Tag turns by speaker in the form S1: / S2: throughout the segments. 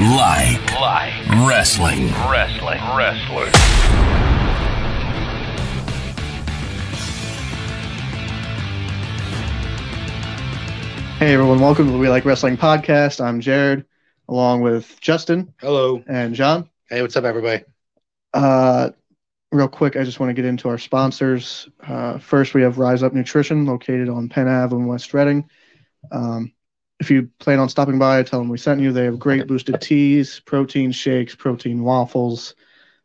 S1: like
S2: Like
S1: wrestling.
S2: wrestling, wrestling.
S3: Hey everyone, welcome to the We Like Wrestling podcast. I'm Jared, along with Justin
S4: Hello.
S3: and John.
S4: Hey, what's up, everybody?
S3: Uh, real quick, I just want to get into our sponsors. Uh, first, we have Rise Up Nutrition, located on Penn Ave in West Reading. Um, if you plan on stopping by, tell them we sent you. They have great boosted teas, protein shakes, protein waffles.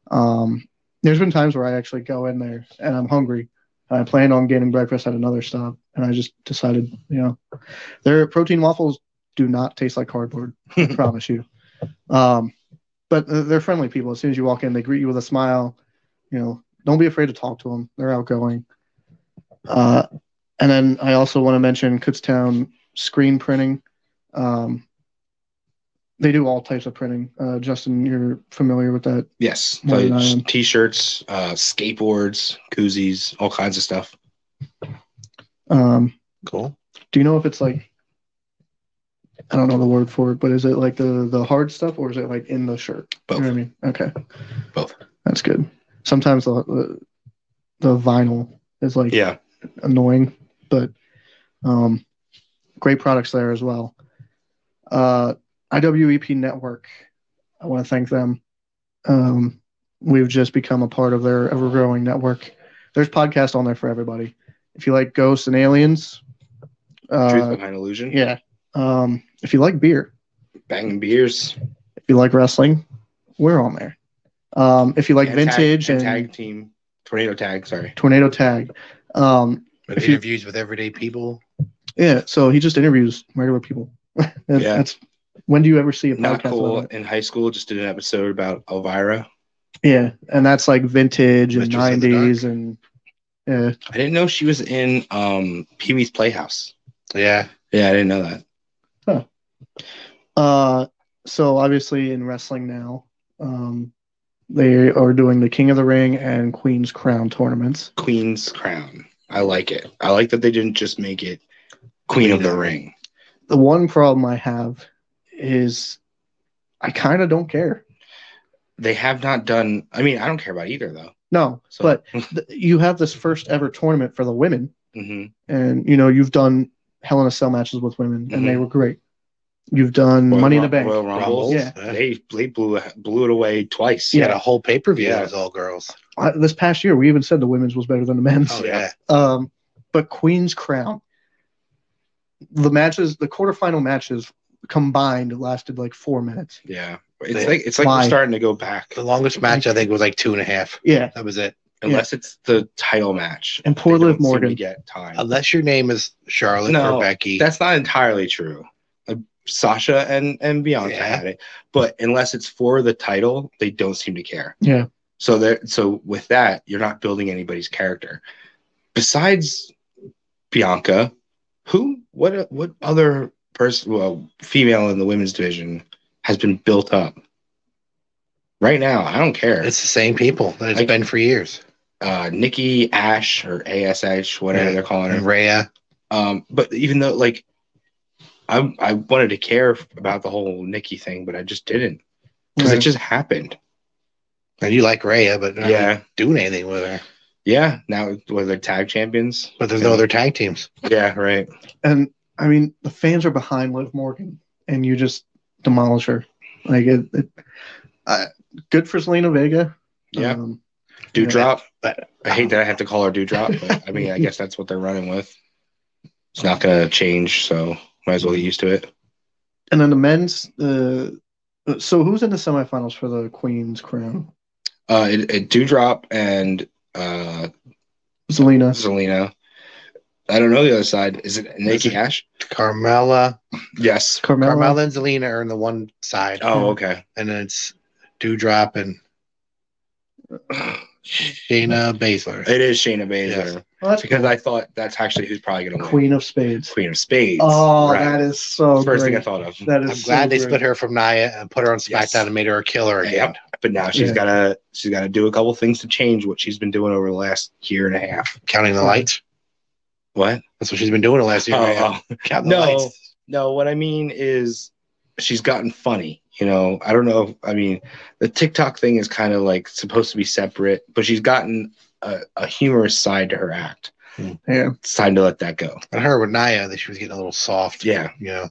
S3: Um, there's been times where I actually go in there and I'm hungry. I planned on getting breakfast at another stop, and I just decided, you know, their protein waffles do not taste like cardboard. I promise you. Um, but th- they're friendly people. As soon as you walk in, they greet you with a smile. You know, don't be afraid to talk to them. They're outgoing. Uh, and then I also want to mention Kutztown Screen Printing. Um, they do all types of printing. Uh, Justin, you're familiar with that.
S4: Yes.
S3: More than I
S4: Like,
S3: am.
S4: T-shirts, uh, skateboards, koozies, all kinds of stuff.
S3: Um,
S4: Cool.
S3: do you know if it's like, I don't know the word for it, but is it like the the hard stuff or is it like in the shirt?
S4: Both.
S3: You know what I mean? Okay.
S4: Both.
S3: That's good. Sometimes the the, the vinyl is like
S4: Yeah.
S3: annoying, but um, great products there as well. Uh, IWEP Network, I want to thank them. Um, we've just become a part of their ever growing network. There's podcasts on there for everybody. If you like ghosts and aliens,
S4: Truth
S3: uh,
S4: behind illusion.
S3: yeah. Um, if you like beer,
S4: Banging beers.
S3: if you like wrestling, we're on there. Um, if you like
S4: and tag-
S3: vintage and,
S4: and tag team. Tornado tag. Sorry.
S3: tornado tag, um,
S5: But
S3: If you-
S5: interviews with everyday people.
S3: Yeah, so he just interviews regular people. That- That's when do you ever see a podcast?
S4: Not cool.
S3: about that?
S4: In high school, just did an episode about Elvira.
S3: Yeah, and that's like vintage and
S5: Mistress of the
S3: nineties and yeah,
S4: I didn't know she was in um, Pee Wee's Playhouse.
S5: Yeah.
S4: Yeah, I didn't know that.
S3: Uh, so obviously in wrestling now, um, they are doing the King of the Ring and Queen's Crown tournaments.
S4: Queen's Crown. I like it. I like that they didn't just make it Queen of the Ring.
S3: The one problem I have is I kind of don't care.
S4: They have not done. I mean, I don't care about either though.
S3: No,
S4: So-
S3: but th- you have this first ever tournament for the women.
S4: hmm
S3: and you know you've done Hell in a Cell matches with women, and they
S4: Mhm.
S3: were great. You've done
S4: Royal
S3: Money in
S4: Rum-
S3: the Bank.
S4: Royal Rumble.
S3: Yeah.
S4: They, they blew blew it away twice.
S5: She had a whole pay per view
S4: Yeah.
S5: that was all girls.
S3: I- this past year, we even said the women's was better than the men's.
S5: Oh, yeah.
S3: Um, but Queen's Crown, the matches, the quarterfinal matches combined lasted like four minutes.
S4: Yeah. It's
S5: They-
S4: like it's like
S3: Why?
S4: we're starting to go back.
S5: The longest match, I think, was like two and a half.
S3: Yeah,
S5: That was it.
S4: Unless it's the title match.
S3: And poor
S4: They don't
S3: Liv
S4: seem to
S3: Morgan.
S4: get time.
S5: Unless your name is Charlotte
S4: No,
S5: or Becky.
S4: That's not entirely true. Like, Sasha and and Bianca
S5: Yeah.
S4: had it, but unless it's for the title, they don't seem to care.
S3: yeah.
S4: So there. So with that, you're not building anybody's character. Besides Bianca, who what what other person, well, female in the women's division has been built up? Right now, I don't care.
S5: It's the same people that it's
S4: Like-
S5: been for years.
S4: uh, Nikki Ash or Ash, whatever
S5: Yeah.
S4: they're calling
S5: And
S4: her.
S5: Rhea.
S4: Um, but even though like I I wanted to care about the whole Nikki thing, but I just didn't because
S3: Right.
S4: it just happened.
S5: And you like Rhea, but you're not
S4: Yeah,
S5: doing anything with her.
S4: yeah. Now were they tag champions?
S5: But there's no other tag teams.
S4: Yeah, right.
S3: And I mean, the fans are behind Liv Morgan, and you just demolish her. Like it. it I, good for Selena Vega.
S4: Yeah.
S3: Um,
S4: Dewdrop.
S5: But
S4: I hate that I have to call her Dewdrop, but I mean, I guess that's what they're running with. It's not gonna change, so might as well get used to it.
S3: and then the men's. Uh, so who's in the semifinals for the Queen's Crown?
S4: Uh, it, it Dewdrop and uh
S3: Zelina.
S4: Zelina. I don't know the other side. Is it Nikki
S5: it-
S4: Ash?
S5: Carmella,
S4: Yes.
S3: Carmella.
S5: Carmella and Zelina are on the one side.
S4: Oh, okay.
S5: And then it's Dewdrop and Shayna Baszler.
S4: It is Shayna Baszler
S5: Yes.
S3: Well, that's
S4: because I thought that's actually who's probably going to win.
S3: Queen of Spades.
S4: Queen of Spades.
S3: Oh,
S4: Right.
S3: that is so
S4: first
S3: great.
S4: thing I thought of.
S3: That is
S5: I'm glad
S3: so
S5: they
S3: great.
S5: split her from Nia and put her on SmackDown
S4: Yes.
S5: and made her a killer again.
S4: Yep. But now she's
S3: Yeah.
S4: got to she's got to do a couple things to change what she's been doing over the last year and a half.
S5: Counting the lights.
S4: What?
S5: That's what she's been doing the last year.
S4: Oh,
S5: right?
S4: oh.
S5: Counting
S4: No.
S5: the lights.
S4: No, what I mean is she's gotten funny. You know, I don't know. If, I mean, the TikTok thing is kind of like supposed to be separate, but she's gotten a, a humorous side to her act.
S3: Yeah.
S4: It's time to let that go.
S5: And her with Naya, that she was getting a little soft.
S4: Yeah.
S5: You know.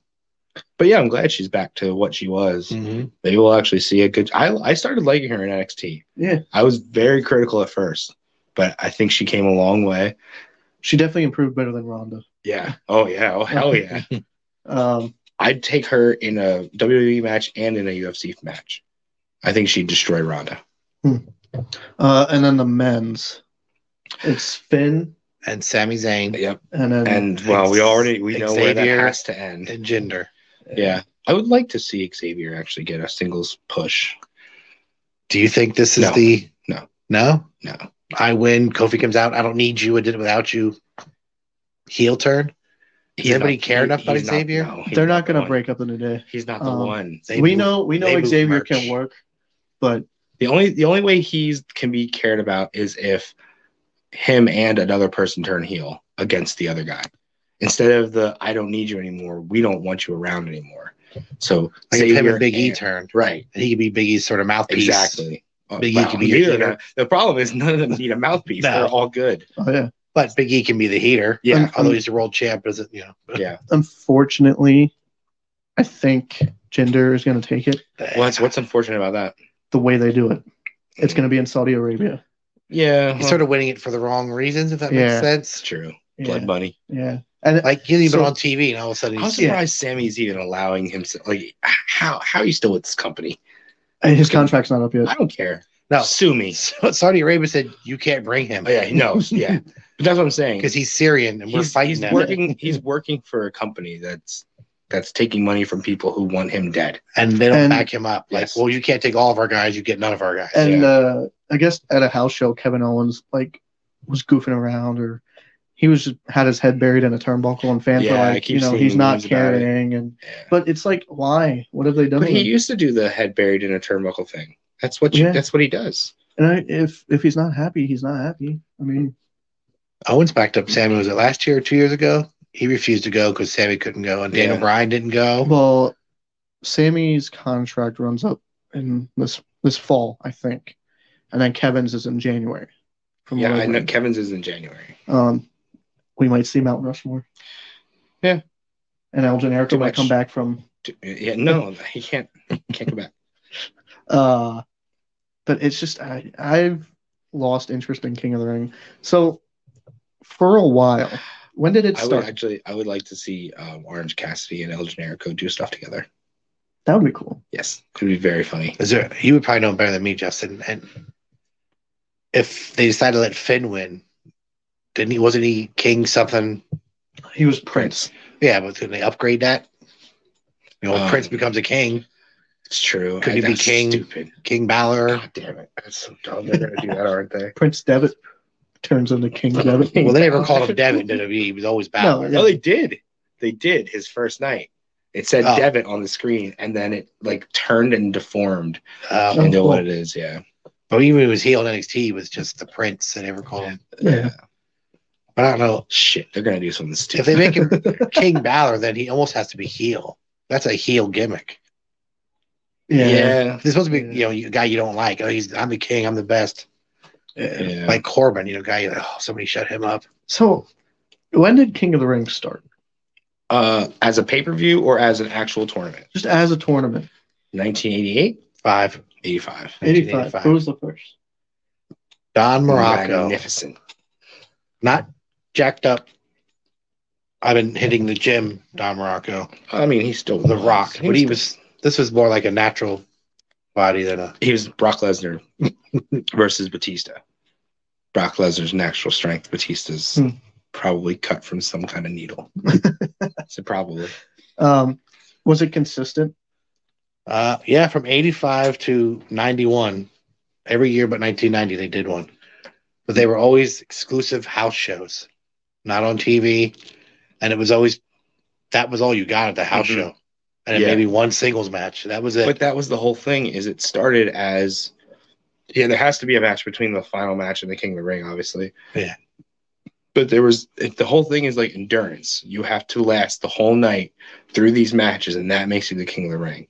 S4: But yeah, I'm glad she's back to what she was. Maybe we'll actually see a good. I I started liking her in NXT.
S3: Yeah.
S4: I was very critical at first, but I think she came a long way.
S3: She definitely improved better than Ronda.
S4: Yeah. Oh yeah. Oh hell yeah.
S3: Um,
S4: I'd take her in a WWE match and in a UFC match. I think she'd destroy Ronda.
S3: uh, and then the men's, it's Finn,
S5: And Sami Zayn
S4: Yep.
S3: and then
S4: And well, we already we know where that
S5: Xavier.
S4: has to end.
S5: and Jinder.
S4: Yeah. I would like to see Xavier actually get a singles push.
S5: Do you think this is
S4: No.
S5: the
S4: No.
S5: No?
S4: No.
S5: I win. Kofi comes out. I don't need you. I did it without you. Heel turn.
S4: He's
S5: anybody
S4: not-
S5: care enough
S4: he's
S5: about
S4: not-
S5: Xavier?
S4: no, he's
S3: they're
S4: not
S3: not
S4: the
S3: going to
S4: one.
S3: break up in a day.
S4: He's not the
S3: Um,
S4: one.
S5: They
S3: we
S5: move-
S3: know we know
S5: they move
S3: Xavier
S5: merch.
S3: can work, but
S4: The only the only way he's can be cared about is if him and another person turn heel against the other guy. Instead of the I don't need you anymore, we don't want you around anymore. So
S5: Like him
S4: Xavier
S5: and Big E
S4: and-
S5: turn.
S4: right,
S5: And he could be Big E's sort of mouthpiece.
S4: exactly. Uh,
S5: Big E
S4: wow,
S5: could be
S4: neither
S5: your
S4: of them- The problem is none of them need a mouthpiece.
S5: No.
S4: They're all good.
S3: oh yeah.
S5: But Big E can be the heater.
S4: Yeah.
S3: Um,
S5: Although he's a world champ, doesn't you know?
S4: Yeah.
S3: Unfortunately, I think gender is going to take it
S4: Well, that's what's unfortunate about that.
S3: the way they do it. It's going to be in Saudi Arabia.
S4: Yeah,
S5: He's sort of winning it for the wrong reasons, if that
S3: Yeah.
S5: makes sense.
S4: true.
S3: Yeah,
S4: Blood Bunny.
S3: yeah. And
S5: Like he's even
S3: So-
S5: on TV, and all of a sudden
S4: I'm
S5: he's
S4: surprised Sammy's even allowing himself. Like, how how are you still with this company?
S3: and his contract's not up yet.
S4: I don't care.
S5: No.
S4: sue me.
S5: So Saudi Arabia said you can't bring him
S4: Oh, yeah, he knows. Yeah, but that's what I'm saying.
S5: because he's Syrian and we're
S4: he's,
S5: fighting
S4: he's
S5: him.
S4: working. He's working for a company that's that's taking money from people who want him dead.
S5: and they don't
S3: And-
S5: back him up. Like,
S4: Yes.
S5: well, you can't take all of our guys. You get none of our guys.
S3: And
S4: Yeah.
S3: uh, I guess at a house show, Kevin Owens like was goofing around, or he was just had his head buried in a turnbuckle and fans were
S4: Yeah, I
S3: like,
S4: keep
S3: you know,
S4: seeing
S3: he's not
S4: memes about it.
S3: carrying. And
S4: Yeah.
S3: but it's like, why? What have they done?
S4: But
S3: With
S4: he
S3: him?
S4: used to do the head buried in a turnbuckle thing. That's what you,
S3: Yeah.
S4: that's what he does.
S3: And I, if if he's not happy, he's not happy. I mean,
S5: Owens backed up Sammy. Was it last year or two years ago? He refused to go because Sammy couldn't go, and Daniel
S4: Yeah.
S5: Bryan didn't go.
S3: well, Sammy's contract runs up in this this fall, I think, and then Kevin's is in January. From
S4: yeah,
S3: what I
S4: I know
S3: read.
S4: Kevin's is in January.
S3: Um, we might see Mount Rushmore.
S4: Yeah.
S3: And El Generico
S4: Too
S3: might
S4: much.
S3: come back from
S4: T- Yeah, no, he can't can't go back.
S3: Uh, but it's just I, I've lost interest in King of the Ring. So for a while, when did it
S4: I would
S3: start?
S4: actually, I would like to see um, Orange Cassidy and El Generico do stuff together.
S3: that would be cool.
S4: Yes, could be very funny.
S5: Is there? You would probably know better than me, Justin. And if they decided to let Finn win, didn't he? Wasn't he King something?
S3: He was Prince.
S5: Yeah, but could they upgrade that? You know,
S4: Um,
S5: Prince becomes a king.
S4: It's true.
S5: Could he be
S4: That's
S5: king?
S4: Stupid.
S5: King Balor.
S4: God damn it! That's so dumb. They're gonna do that, aren't they?
S3: Prince Devitt turns into King Devitt.
S5: Well, they never called him Devin. Did he? He was always Balor.
S3: yeah.
S4: No, Oh, they did. They did his first night. It said
S5: Oh.
S4: Devitt on the screen, and then it like turned and deformed
S5: Uh,
S3: Oh,
S4: into
S3: cool.
S4: what it is. Yeah,
S5: but even when he was heel in NXT, he was just the Prince. They never called him.
S3: Yeah.
S5: But I don't know.
S4: Shit, they're gonna do something
S5: If
S4: stupid.
S5: they make him King Balor, then he almost has to be heel. That's a heel gimmick.
S3: Yeah.
S4: yeah,
S5: He's supposed to be,
S3: Yeah.
S5: you know, you guy you don't like. Oh, he's I'm the king, I'm the best. Uh,
S4: yeah.
S3: yeah.
S5: Like Corbin, you know, guy. you're like, Oh, somebody shut him up.
S3: So when did King of the Ring start?
S4: Uh, as a pay per view or as an actual tournament?
S3: Just as a tournament.
S4: 1988,
S5: Five.
S4: 85.
S3: 85.
S5: 1985.
S3: Who was the first?
S5: Don Morocco,
S4: magnificent.
S5: not jacked up. I've been hitting the gym, Don Morocco.
S4: I mean, he's still
S5: The Rock, but he
S4: still-
S5: was. This was more like a natural body than a.
S4: he was Brock Lesnar versus Batista. Brock Lesnar's natural strength. Batista's
S3: Hmm.
S4: probably cut from some kind of needle. so probably.
S3: Um, was it consistent?
S5: Uh, yeah, from '85 to '91, every year but 1990 they did one, but they were always exclusive house shows, not on TV, and it was always that was all you got at the house
S4: Mhm.
S5: show, and
S4: Yeah.
S5: maybe one singles match. That was it.
S4: But that was the whole thing. Is it started as yeah, there has to be a match between the final match and the King of the Ring, obviously.
S5: Yeah.
S4: But there was it- the whole thing is like endurance. You have to last the whole night through these matches, and that makes you the king of the ring.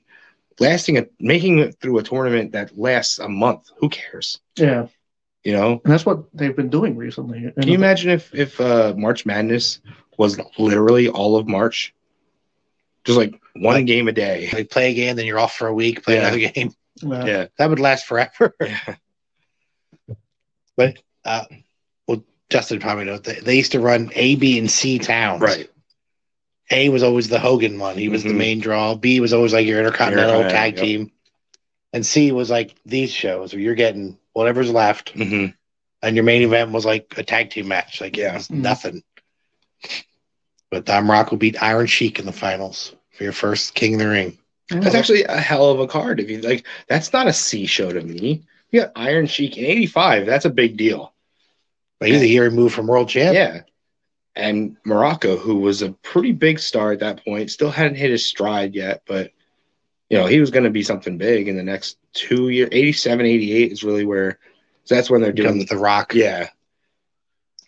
S4: Lasting a making it through a tournament that lasts a month, who cares?
S3: Yeah,
S4: You know,
S3: and that's what they've been doing recently. And
S4: Can you imagine if if uh, March Madness was literally all of March, just like one
S5: Like-
S4: game a day?
S5: Like play a game, then you're off for a week, play
S4: Yeah.
S5: another game.
S3: uh,
S4: Yeah,
S5: That would last forever. uh,
S4: yeah,
S5: Justin probably knows. They, they used to run A, B, and C towns.
S4: right.
S5: A was always the Hogan one. He was the
S4: Mhm.
S5: main draw. B was always like your intercontinental
S4: Intercontinental,
S5: tag
S4: yep.
S5: team. And C was like these shows where you're getting whatever's left.
S4: hmm
S5: And your main event was like a tag team match. Like, yeah,
S4: Yeah.
S5: it's nothing. But Dom Rock will beat Iron Sheik in the finals for your first King of the Ring.
S3: Uh-huh.
S4: That's actually a hell of a card. If you like, that's not a C show to me. You got Iron Sheik in '85. That's a big deal.
S5: But he's a year removed from world champ.
S4: Yeah. And Morocco, who was a pretty big star at that point, still hadn't hit his stride yet, but you know, he was going to be something big in the next two years. 87, 88 is really where so that's when they're doing
S5: Becomes
S4: the
S5: the Rock.
S4: yeah.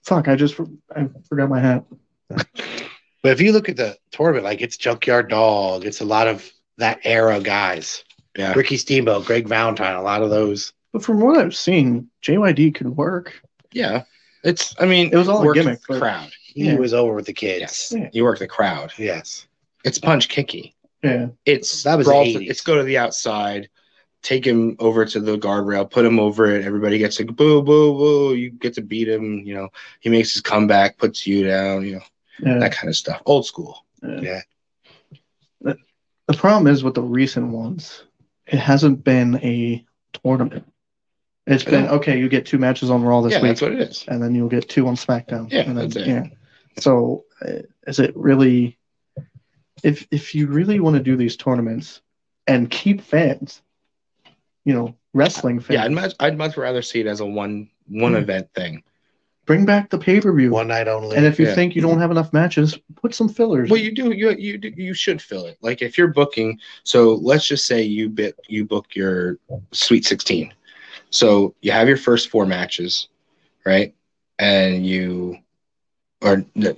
S3: fuck, I just for- I forgot my hat.
S5: But if you look at the tournament, like it's Junkyard Dog, it's a lot of that era guys.
S4: Yeah.
S5: Ricky Steamboat, Greg Valentine, a lot of those.
S3: But from what I've seen, JYD could work.
S4: Yeah. It's, I mean,
S3: It was all a
S4: worked
S3: gimmick,
S4: The
S3: but-
S4: crowd.
S5: He
S3: Yeah.
S5: was over with the kids.
S4: Yes.
S3: Yeah.
S4: You work the crowd.
S5: Yes.
S4: It's punch kicky.
S3: Yeah,
S4: It's
S5: That was
S4: brawl
S5: the
S4: to-
S5: 80s.
S4: it's go to the outside, take him over to the guardrail, put him over it. Everybody gets like boo, boo, boo. You get to beat him. You know, he makes his comeback, puts you down. You know,
S3: yeah.
S4: that kind of stuff. Old school.
S5: Yeah.
S3: The, the problem is with the recent ones, it hasn't been a tournament. It's been
S4: Yeah.
S3: okay. You get two matches on Raw this
S4: yeah,
S3: week,
S4: that's what it is.
S3: and then you'll get two on SmackDown.
S4: Yeah,
S3: and then,
S4: that's it.
S3: So, uh, is it really? If if you really want to do these tournaments and keep fans, you know, wrestling fans,
S4: Yeah, I'd much I'd much rather see it as a one one
S5: Hmm.
S3: Mhm.
S4: event thing.
S3: bring back the pay per view.
S5: One night only.
S3: And if you
S4: yeah.
S3: think you don't have enough matches, put some fillers.
S4: Well, you do you you do, you should fill it. Like if you're booking, so let's just say you bit you book your Sweet 16. So you have your first four matches, right? And you or no,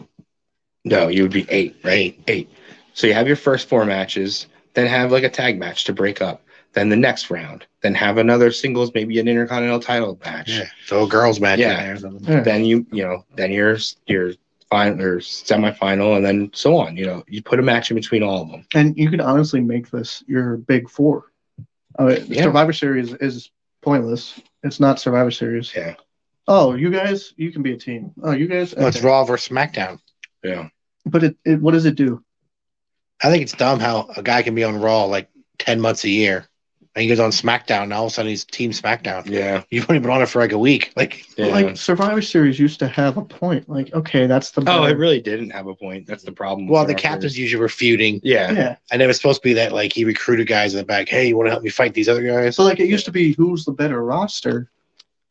S4: no you would be eight, right? Eight. So you have your first four matches, then have like a tag match to break up. Then the next round, then have another singles, maybe an intercontinental title match.
S5: yeah. So a girls match
S4: Yeah.
S5: in there.
S3: Yeah.
S4: then you you know then you're you're final or semifinal and then so on you know you put a match in between all of them
S3: And you can honestly make this your big four. Uh,
S4: Yeah.
S3: Survivor Series is pointless. It's not Survivor Series.
S4: Yeah.
S3: Oh, you guys, you can be a team. Oh, you guys.
S5: No, it's
S3: okay.
S5: Raw versus SmackDown.
S4: you know
S3: But it, it, what does it do?
S5: I think it's dumb how a guy can be on Raw like 10 months a year and he goes on SmackDown and all of a sudden he's Team SmackDown.
S4: yeah,
S5: You've only been on it for like a week. Like,
S3: Like Survivor Series used to have a point. Like, okay, that's the.
S4: oh
S3: better-
S4: it really didn't have a point that's the problem with
S5: well, the
S4: Survivor.
S5: captains usually were feuding.
S4: yeah
S3: Yeah.
S5: And it was supposed to be that like he recruited guys in the back. Hey, you want to help me fight these other guys?
S3: So like it used to be who's the better roster,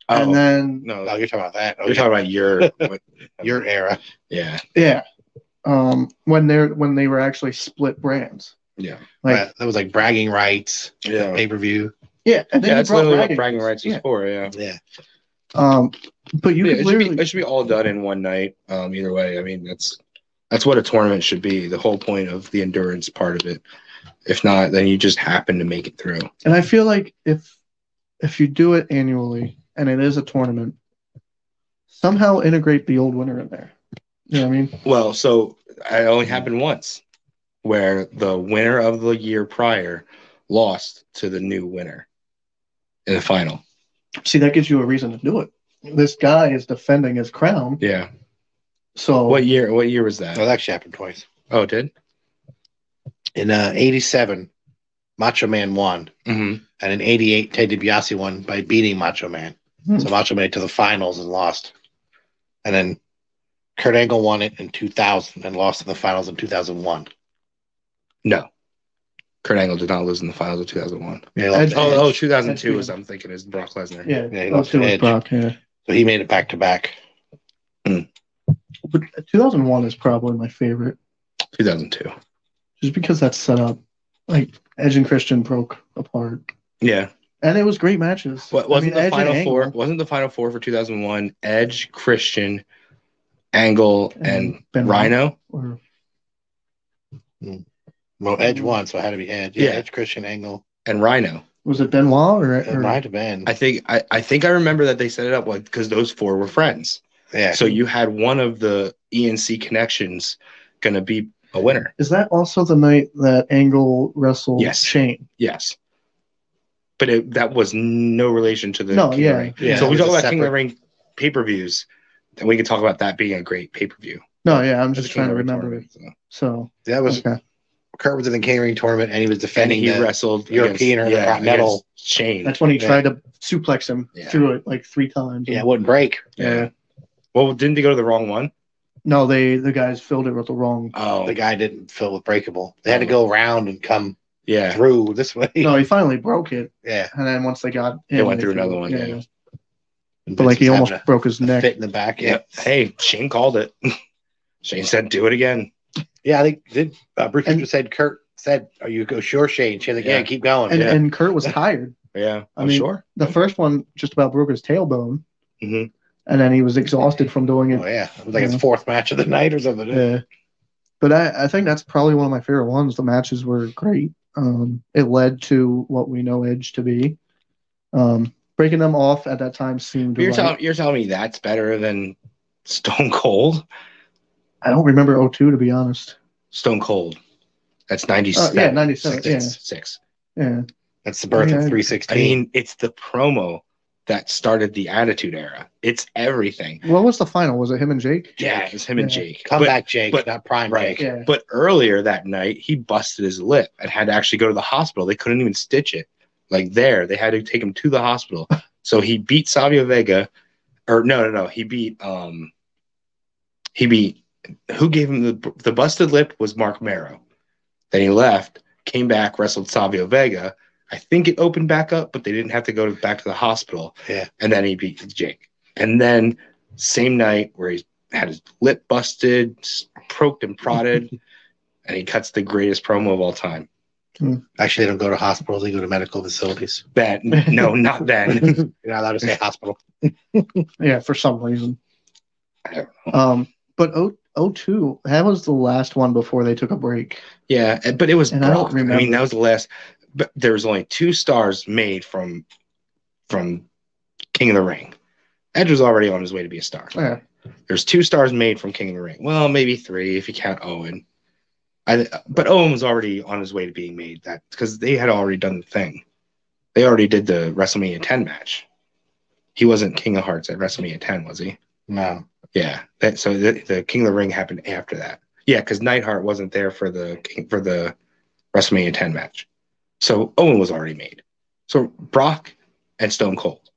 S4: oh,
S3: and then
S4: no
S5: oh, you're talking about that.
S4: you're
S5: Okay.
S4: talking about your what-
S5: Your era.
S4: yeah
S3: yeah, um, when they're when they were actually split brands.
S4: yeah
S3: Like
S5: Right. that was like bragging rights,
S4: yeah
S5: pay per view.
S3: yeah, and
S4: yeah,
S3: then you
S4: that's
S3: brought
S4: literally what
S3: bragging.
S4: bragging rights is
S3: Yeah.
S4: for. Yeah,
S5: Yeah.
S3: Um, but you
S4: Yeah,
S3: could
S4: it, should
S3: literally
S4: be, it should be all done in one night. Um, either way, I mean that's that's what a tournament should be. The whole point of the endurance part of it. If not, then you just happen to make it through.
S3: And I feel like if if you do it annually and it is a tournament, somehow integrate the old winner in there. You know what I mean?
S4: Well, so it only happened once where the winner of the year prior lost to the new winner in the final.
S3: See, that gives you a reason to do it. This guy is defending his crown,
S4: Yeah.
S3: so
S4: What year what year was
S5: Well,
S4: that?
S5: that actually happened twice.
S4: Oh, it did?
S5: In uh, 87, Macho Man won.
S4: Mm-hmm.
S5: And in 88, Ted DiBiase won by beating Macho Man.
S3: Hmm.
S5: So Macho Man to the finals and lost. And then Kurt Angle won it in 2000 and lost in the finals in 2001.
S4: No. Kurt Angle did not lose in the finals of 2001.
S5: Yeah, he lost
S3: Ed-
S5: to Edge.
S4: Oh, oh 2002
S3: Edge.
S4: is I'm thinking is Brock Lesnar.
S3: yeah,
S5: Yeah, he
S3: those
S5: lost
S3: two
S5: to
S3: was
S5: Edge.
S3: Brock. Yeah,
S5: So he made it back to back.
S3: but 2001 is probably my favorite,
S4: 2002.
S3: just because that's set up. Like Edge and Christian broke apart,
S4: Yeah.
S3: and it was great matches.
S4: What wasn't
S3: I mean,
S4: the
S3: Edge and
S4: final
S3: Angle-
S4: four? Wasn't the final four for 2001 Edge, Christian, Angle and,
S3: And Ben
S4: Rhino.
S3: Or
S5: Well, Edge won, so it had to be Edge. Yeah,
S4: Yeah.
S5: Edge, Christian Angle.
S4: And Rhino.
S3: was it Benoit or,
S5: It
S3: or
S5: might have been.
S4: I think I, I think I remember that they set it up because those four were friends.
S5: yeah.
S4: So you had one of the ENC connections gonna be a winner.
S3: is that also the night that Angle wrestled
S4: Yes.
S3: Shane?
S4: Yes. But it, that was no relation to the
S3: No,
S4: King of the
S3: yeah.
S4: Ring.
S5: yeah.
S4: so we
S5: it was
S4: talk
S5: a
S4: about King of the
S5: separate-
S4: Ring pay per views, and we can talk about that being a great pay per view.
S3: No, yeah, I'm just trying to remember it.
S4: So.
S3: So
S5: That was
S3: okay.
S5: Kurt was in the King of the Ring tournament, and he was
S4: And
S5: defending
S4: he
S5: the
S4: wrestled
S5: uh, European or
S4: against, yeah,
S5: Continental.
S4: against Shane.
S3: That's when he
S5: Yeah.
S3: tried to suplex him
S4: Yeah.
S3: through it like three times.
S5: Yeah, it wouldn't break.
S4: Yeah. Well, didn't they go to the wrong one?
S3: No, they the guys filled it with the wrong.
S4: Oh,
S5: The guy didn't feel with breakable. They had to go around and come
S4: yeah.
S5: through this way.
S3: No, he finally broke it,
S5: Yeah.
S3: and then once they got, in,
S4: They went through
S3: threw-
S4: another one, yeah.
S3: But like he
S5: Vince
S3: almost
S5: having
S3: broke his
S5: a- a
S3: neck.
S5: fit in the back. Yeah.
S4: Yeah. Hey, Shane called it. Shane said, "Do it again."
S5: Yeah, I think did uh, Bruce
S3: And-
S5: Richards said Kurt said, "Are you go sure, Shane?" Shane's like, "Yeah,
S4: Yeah.
S5: keep going."
S3: And
S5: yeah.
S3: and Kurt was tired.
S4: Yeah,
S3: I
S4: I'm
S3: mean,
S4: sure.
S3: The first one just about broke his tailbone,
S5: Mm-hmm.
S4: Mhm.
S3: and then he was exhausted from doing it.
S5: oh yeah, it was like
S3: Yeah.
S5: his fourth match of the night or something.
S3: Yeah. But I, I think that's probably one of my favorite ones. The matches were great. Um, it led to what we know Edge to be. Um, breaking them off at that time seemed.
S4: You're
S3: right.
S4: telling you're telling me that's better than Stone Cold.
S3: I don't remember 02, to be honest.
S4: Stone Cold. That's ninety.
S3: Uh, yeah, 97.
S4: Six, six.
S3: Yeah. Yeah.
S5: That's the birth
S3: Yeah.
S5: of
S4: I
S5: 316.
S4: mean, it's the promo that started the Attitude Era. It's everything.
S3: What was the final? Was it him and Jake?
S4: Yeah, it's him and
S3: Yeah.
S4: Jake.
S5: Come
S4: but,
S5: back, Jake,
S4: but-
S5: not prime
S4: right.
S5: Jake.
S3: Yeah.
S4: But earlier that night, he busted his lip and had to actually go to the hospital. They couldn't even stitch it. Like there, they had to take him to the hospital. so he beat Savio Vega, or no, no, no, he beat um, he beat who gave him the the busted lip was Mark Marrow. Then he left, came back, wrestled Savio Vega. I think it opened back up, but they didn't have to go to, back to the hospital.
S5: Yeah.
S4: And then he beat Jake. And then same night where he had his lip busted, s- poked and prodded, and he cuts the greatest promo of all time.
S5: Actually, they don't go to hospitals; they go to medical facilities.
S4: That no, not then.
S5: You're not allowed to say hospital.
S3: Yeah, for some reason.
S4: I don't
S3: Um, but o- 02, that was the last one before they took a break.
S4: Yeah, and- but it was
S3: And I don't
S4: Brock. I, mean,
S3: remember.
S4: that was the last. But there was only two stars made from from King of the Ring. Edge was already on his way to be a star.
S3: Yeah.
S4: There's two stars made from King of the Ring. Well, maybe three if you count Owen. I, but Owen was already on his way to being made that because they had already done the thing. They already did the WrestleMania 10 match. He wasn't King of Hearts at WrestleMania 10, was he?
S5: No,
S4: Yeah. That, so the, the King of the Ring happened after that. Yeah, because Nightheart wasn't there for the King, for the WrestleMania 10 match. So Owen was already made. So Brock and Stone Cold.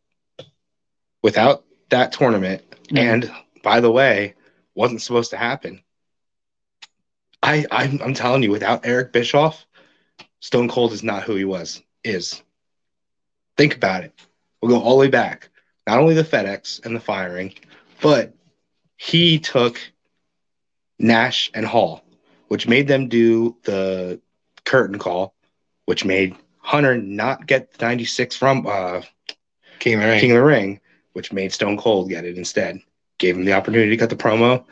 S4: Without that tournament, and by the way, wasn't supposed to happen. I I'm, I'm telling you, without Eric Bischoff, Stone Cold is not who he was. Is think about it. We'll go all the way back. Not only the FedEx and the firing, but he took Nash and Hall, which made them do the curtain call, which made Hunter not get the 96 from uh,
S5: King of the Ring.
S4: King of the Ring, which made Stone Cold get it instead. Gave him the opportunity to cut the promo.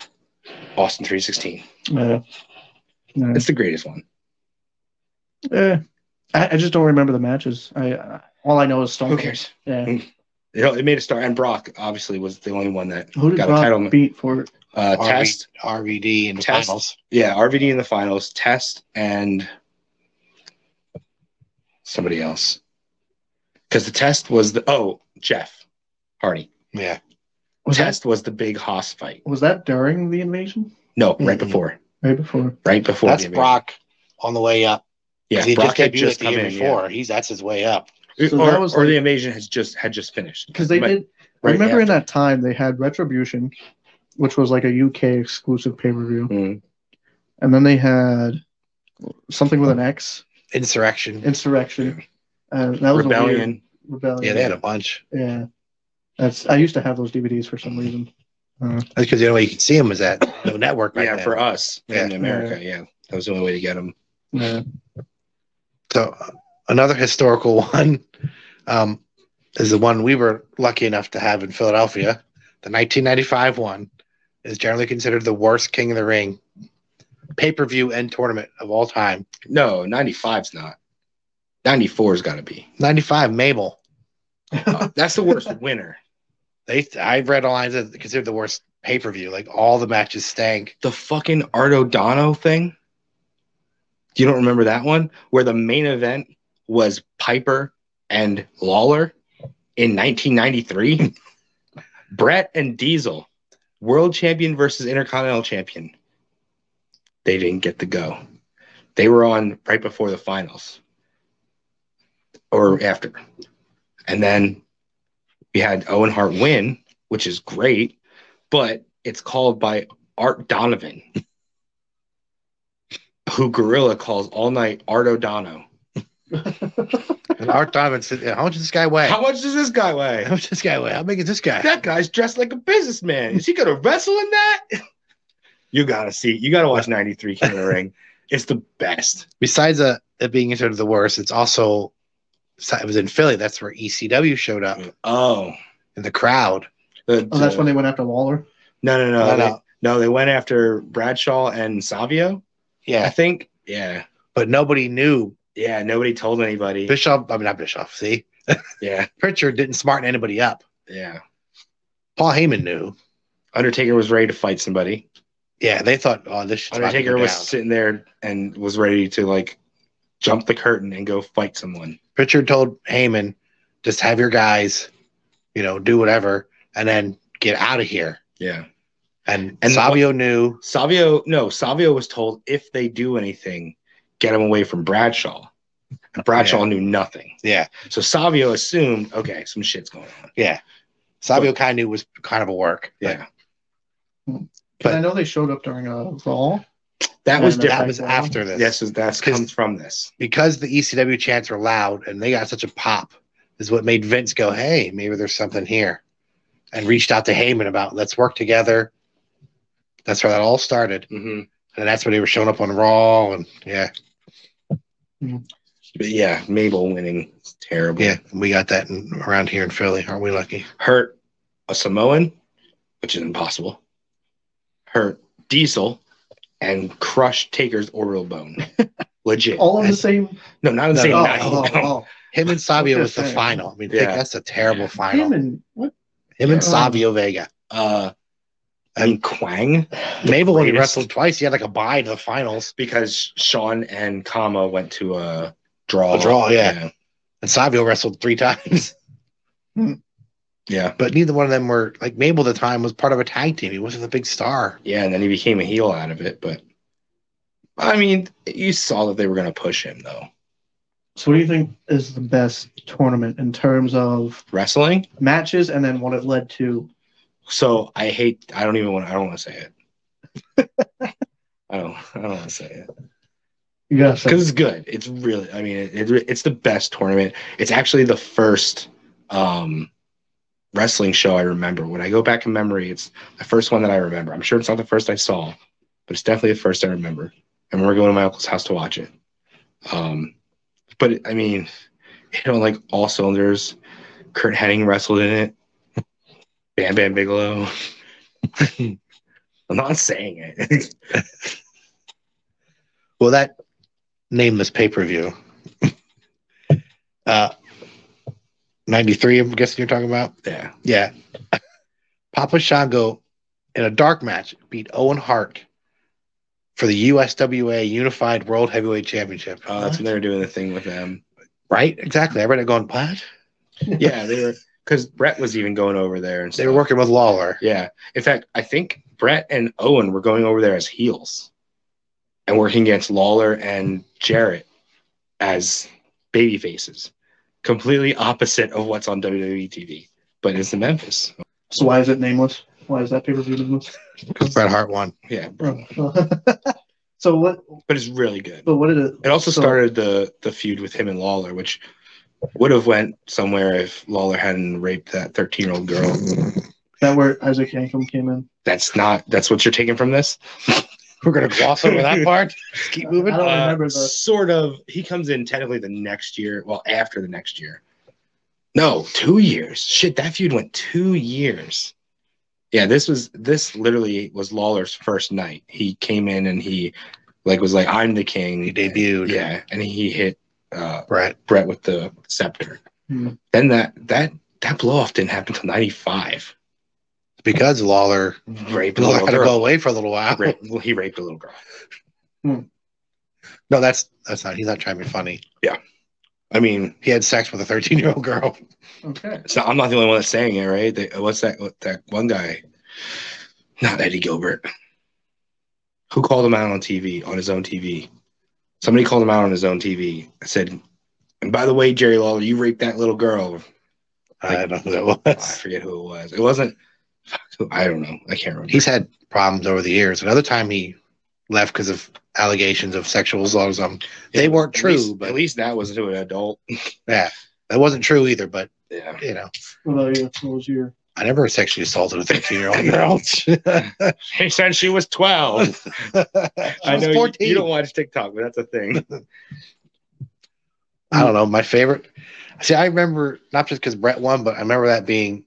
S4: Austin 316.
S3: Yeah. Yeah.
S4: It's the greatest one.
S3: Eh, I, I just don't remember the matches. I uh, all I know is Stone.
S4: Who
S3: Cold.
S4: cares?
S3: Yeah.
S4: You know, it made a star. And Brock, obviously, was the only one that
S3: Who did
S4: got
S3: Brock
S4: a title.
S3: beat for it?
S4: Uh,
S5: RV
S4: Test.
S5: RVD, and the
S4: Test.
S5: finals.
S4: Yeah, RVD in the finals. Test and somebody else. Because the test was the. Oh, Jeff Hardy.
S5: Yeah,
S3: Was
S4: test was the big Haas fight.
S3: that was that during the invasion?
S4: No, right
S5: Mm-mm.
S3: Mm-hmm.
S4: before.
S3: Right before.
S4: Right before.
S5: that's
S4: the-
S5: Brock on the way up.
S4: Yeah,
S5: he
S4: Brock
S5: just
S4: had
S5: debuted
S4: just
S5: the
S4: come
S5: year
S4: in. yeah.
S5: before. He's that's his way up.
S3: So
S4: or,
S3: that was
S4: or
S3: like-
S4: the invasion has just had just finished
S3: Because they
S4: But
S3: did. I
S4: right
S3: remember in
S4: after.
S3: that time they had Retribution, which was like a UK exclusive pay per view,
S4: Mm.
S3: and then they had something with an X,
S5: Insurrection.
S3: Insurrection, and that was a weird-
S4: rebellion. Oh,
S3: Rebellion.
S5: yeah, they had a bunch.
S3: Yeah. That's. I used to have those DVDs for some reason. Uh,
S5: That's because the only way you could see him was at the network. Right
S4: yeah,
S5: then.
S4: for us in
S5: Yeah.
S4: America. Yeah. that was the only way to get them.
S3: yeah.
S5: So uh, another historical one um, is the one we were lucky enough to have in Philadelphia, the 1995 one, is generally considered the worst King of the Ring pay per view and tournament of all time.
S4: No, 95's not. 94's got to be.
S5: 95, Mabel.
S4: Uh, that's the worst winner.
S5: They, I've read online that they considered the worst pay per view. Like all the matches stank.
S4: The fucking Art O'Dono thing. You don't remember that one where the main event was Piper and Lawler in 1993? Brett and Diesel, world champion versus intercontinental champion. They didn't get to go. They were on right before the finals or after. And then we had Owen Hart win, which is great, but it's called by Art Donovan, who Gorilla calls all night Art O'Dono.
S5: And Art Donovan said, How much does this guy weigh?
S4: How much does this guy
S5: How
S4: weigh?
S5: much does this guy weigh? How big is this guy?
S4: That guy's dressed like a businessman. Is he gonna wrestle in that? You gotta see. You gotta watch '93 King of the Ring. It's the best.
S5: Besides uh, it being considered the worst, it's also, it was in Philly. That's where ECW showed up
S4: Oh,
S5: in the crowd.
S4: the-
S3: Oh, that's
S4: the-
S3: when they went after Lawler.
S4: No, no, no,
S5: No,
S4: they-
S5: no.
S4: no, They went after Bradshaw and Savio. I
S5: Yeah.
S4: think. Yeah,
S5: But nobody knew.
S4: yeah. Nobody told anybody.
S5: Bischoff, I mean, not Bischoff, see?
S4: Yeah,
S5: Pritchard didn't smarten anybody up.
S4: yeah.
S5: Paul Heyman knew.
S4: Undertaker was ready to fight somebody.
S5: Yeah, they thought, oh, this shit's about to
S4: Undertaker
S5: go
S4: was
S5: down.
S4: sitting there and was ready to like jump the curtain and go fight someone.
S5: Pritchard told Heyman, just have your guys, you know, do whatever, and then get out of here.
S4: Yeah.
S5: And,
S4: And
S5: Savio knew.
S4: Savio, no, Savio was told if they do anything, get him away from Bradshaw. And Bradshaw knew nothing.
S5: Yeah,
S4: So Savio assumed, okay, some shit's going on.
S5: yeah. Savio kind of knew it was kind of a work. but
S4: Yeah.
S3: But
S5: But-
S3: I know they showed up during a Raw.
S4: That was
S3: And
S5: that
S4: different.
S5: was after this.
S4: This was that's comes from this.
S5: Because the ECW chants were loud and they got such a pop is what made Vince go, hey, maybe there's something here. And reached out to Heyman about let's work together. That's where that all started.
S4: hmm
S5: And that's when they were showing up on Raw and yeah.
S4: But yeah, Mabel winning is terrible.
S5: Yeah, we got that in, around here in Philly. Aren't we lucky?
S4: Hurt a Samoan, which is impossible. Hurt Diesel and crushed Taker's orbital bone. Legit.
S5: Oh.
S3: All in the same.
S4: no, not in the
S5: No,
S4: same
S5: no,
S3: Oh,
S4: night.
S3: oh,
S4: No.
S3: oh.
S5: Him and Savio
S3: Okay,
S5: was the
S3: fair.
S5: final. I mean,
S4: Yeah.
S5: think that's a terrible final.
S3: Him
S5: Him and,
S3: and what?
S4: Yeah.
S5: Savio Vega.
S4: Uh, I mean Quang.
S5: Mabel only
S4: Greatest.
S5: wrestled twice. He had like a bye to the finals.
S4: because Sean and Kama went to a draw.
S5: A draw, yeah. And Savio wrestled three times.
S4: yeah,
S5: But neither one of them were like Mabel at the time was part of a tag team. He wasn't a big star.
S4: yeah. And then he became a heel out of it. But I mean, you saw that they were going to push him though.
S3: So, what do you think is the best tournament in terms of
S4: Wrestling.
S3: matches and then what it led to?
S4: So I hate. I don't even want. I don't want to say it. I don't. I don't want to say it
S3: You gotta say.
S4: because it's good. It's really. I mean, it, it, it's the best tournament. It's actually the first um, wrestling show I remember. When I go back in memory, it's the first one that I remember. I'm sure it's not the first I saw, but it's definitely the first I remember. I remember going to my uncle's house to watch it. Um, but I mean, you know, like all cylinders. Kurt Hennig wrestled in it. Bam Bam Bigelow. I'm not saying it.
S5: Well, that nameless pay per view. uh, 93, I'm guessing you're talking about.
S4: yeah.
S5: Yeah. Papa Shango in a dark match beat Owen Hart for the USWA Unified World Heavyweight Championship.
S4: Uh, that's when they were doing the thing with them.
S5: right? Exactly. I read it going, what?
S4: Yeah, they were because Brett was even going over there and
S5: They
S4: stuff.
S5: were working with Lawler.
S4: Yeah. In fact, I think Brett and Owen were going over there as heels and working against Lawler and Jarrett as baby faces. Completely opposite of what's on WWE TV. But it's in Memphis.
S3: So, why is it nameless? Why is that pay per view nameless?
S5: Because Bret Hart won.
S4: Yeah.
S3: so what?
S4: But it's really good.
S3: But what did it?
S4: It also
S3: so-
S4: started the the feud with him and Lawler, which would have went somewhere if Lawler hadn't raped that 13 year old girl.
S3: That where Isaac Yankum came in.
S4: That's not that's what you're taking from this.
S5: We're going to gloss over that part. Just keep moving.
S3: I don't
S4: Uh,
S3: remember the-
S4: sort of he comes in technically the next year well after the next year no two years shit that feud went two years yeah, this was this literally was Lawler's first night. He came in and he like was like, I'm the king.
S5: He debuted.
S4: Yeah, and he hit uh,
S5: Brett.
S4: Brett with the scepter.
S3: Hmm.
S4: Then that that that blow off didn't happen until '95.
S5: Because Lawler,
S4: Right,
S5: Lawler had to go away for a little while.
S4: Ra- well, he raped a little girl.
S5: No, that's that's not. He's not trying to be funny.
S4: I mean,
S5: He had sex with a 13 year old girl.
S3: Okay.
S4: it's not, I'm not the only one that's saying it, right? They, what's that? What, that one guy, not Eddie Gilbert, who called him out on TV on his own TV. Somebody called him out on his own TV. I said, and by the way, Jerry Lawler, you raped that little girl.
S5: I don't know who
S4: I
S5: that was.
S4: forget who it was. It wasn't. fuck, who- I don't know. I can't remember.
S5: He's had problems over the years. Another time he left because of allegations of sexual assault. or something. They weren't
S4: At
S5: true,
S4: least-
S5: but
S4: at least that was to an adult.
S5: yeah, that wasn't true either. But
S4: Yeah.
S5: you know,
S3: What about you? What was your?
S5: I never sexually assaulted a 13 year old girl. She
S4: He said she was 12. I
S5: was
S4: know you-
S5: 14.
S4: You, don't watch TikTok, but that's a thing.
S5: I don't know. My favorite. See, I remember not just because Brett won, but I remember that being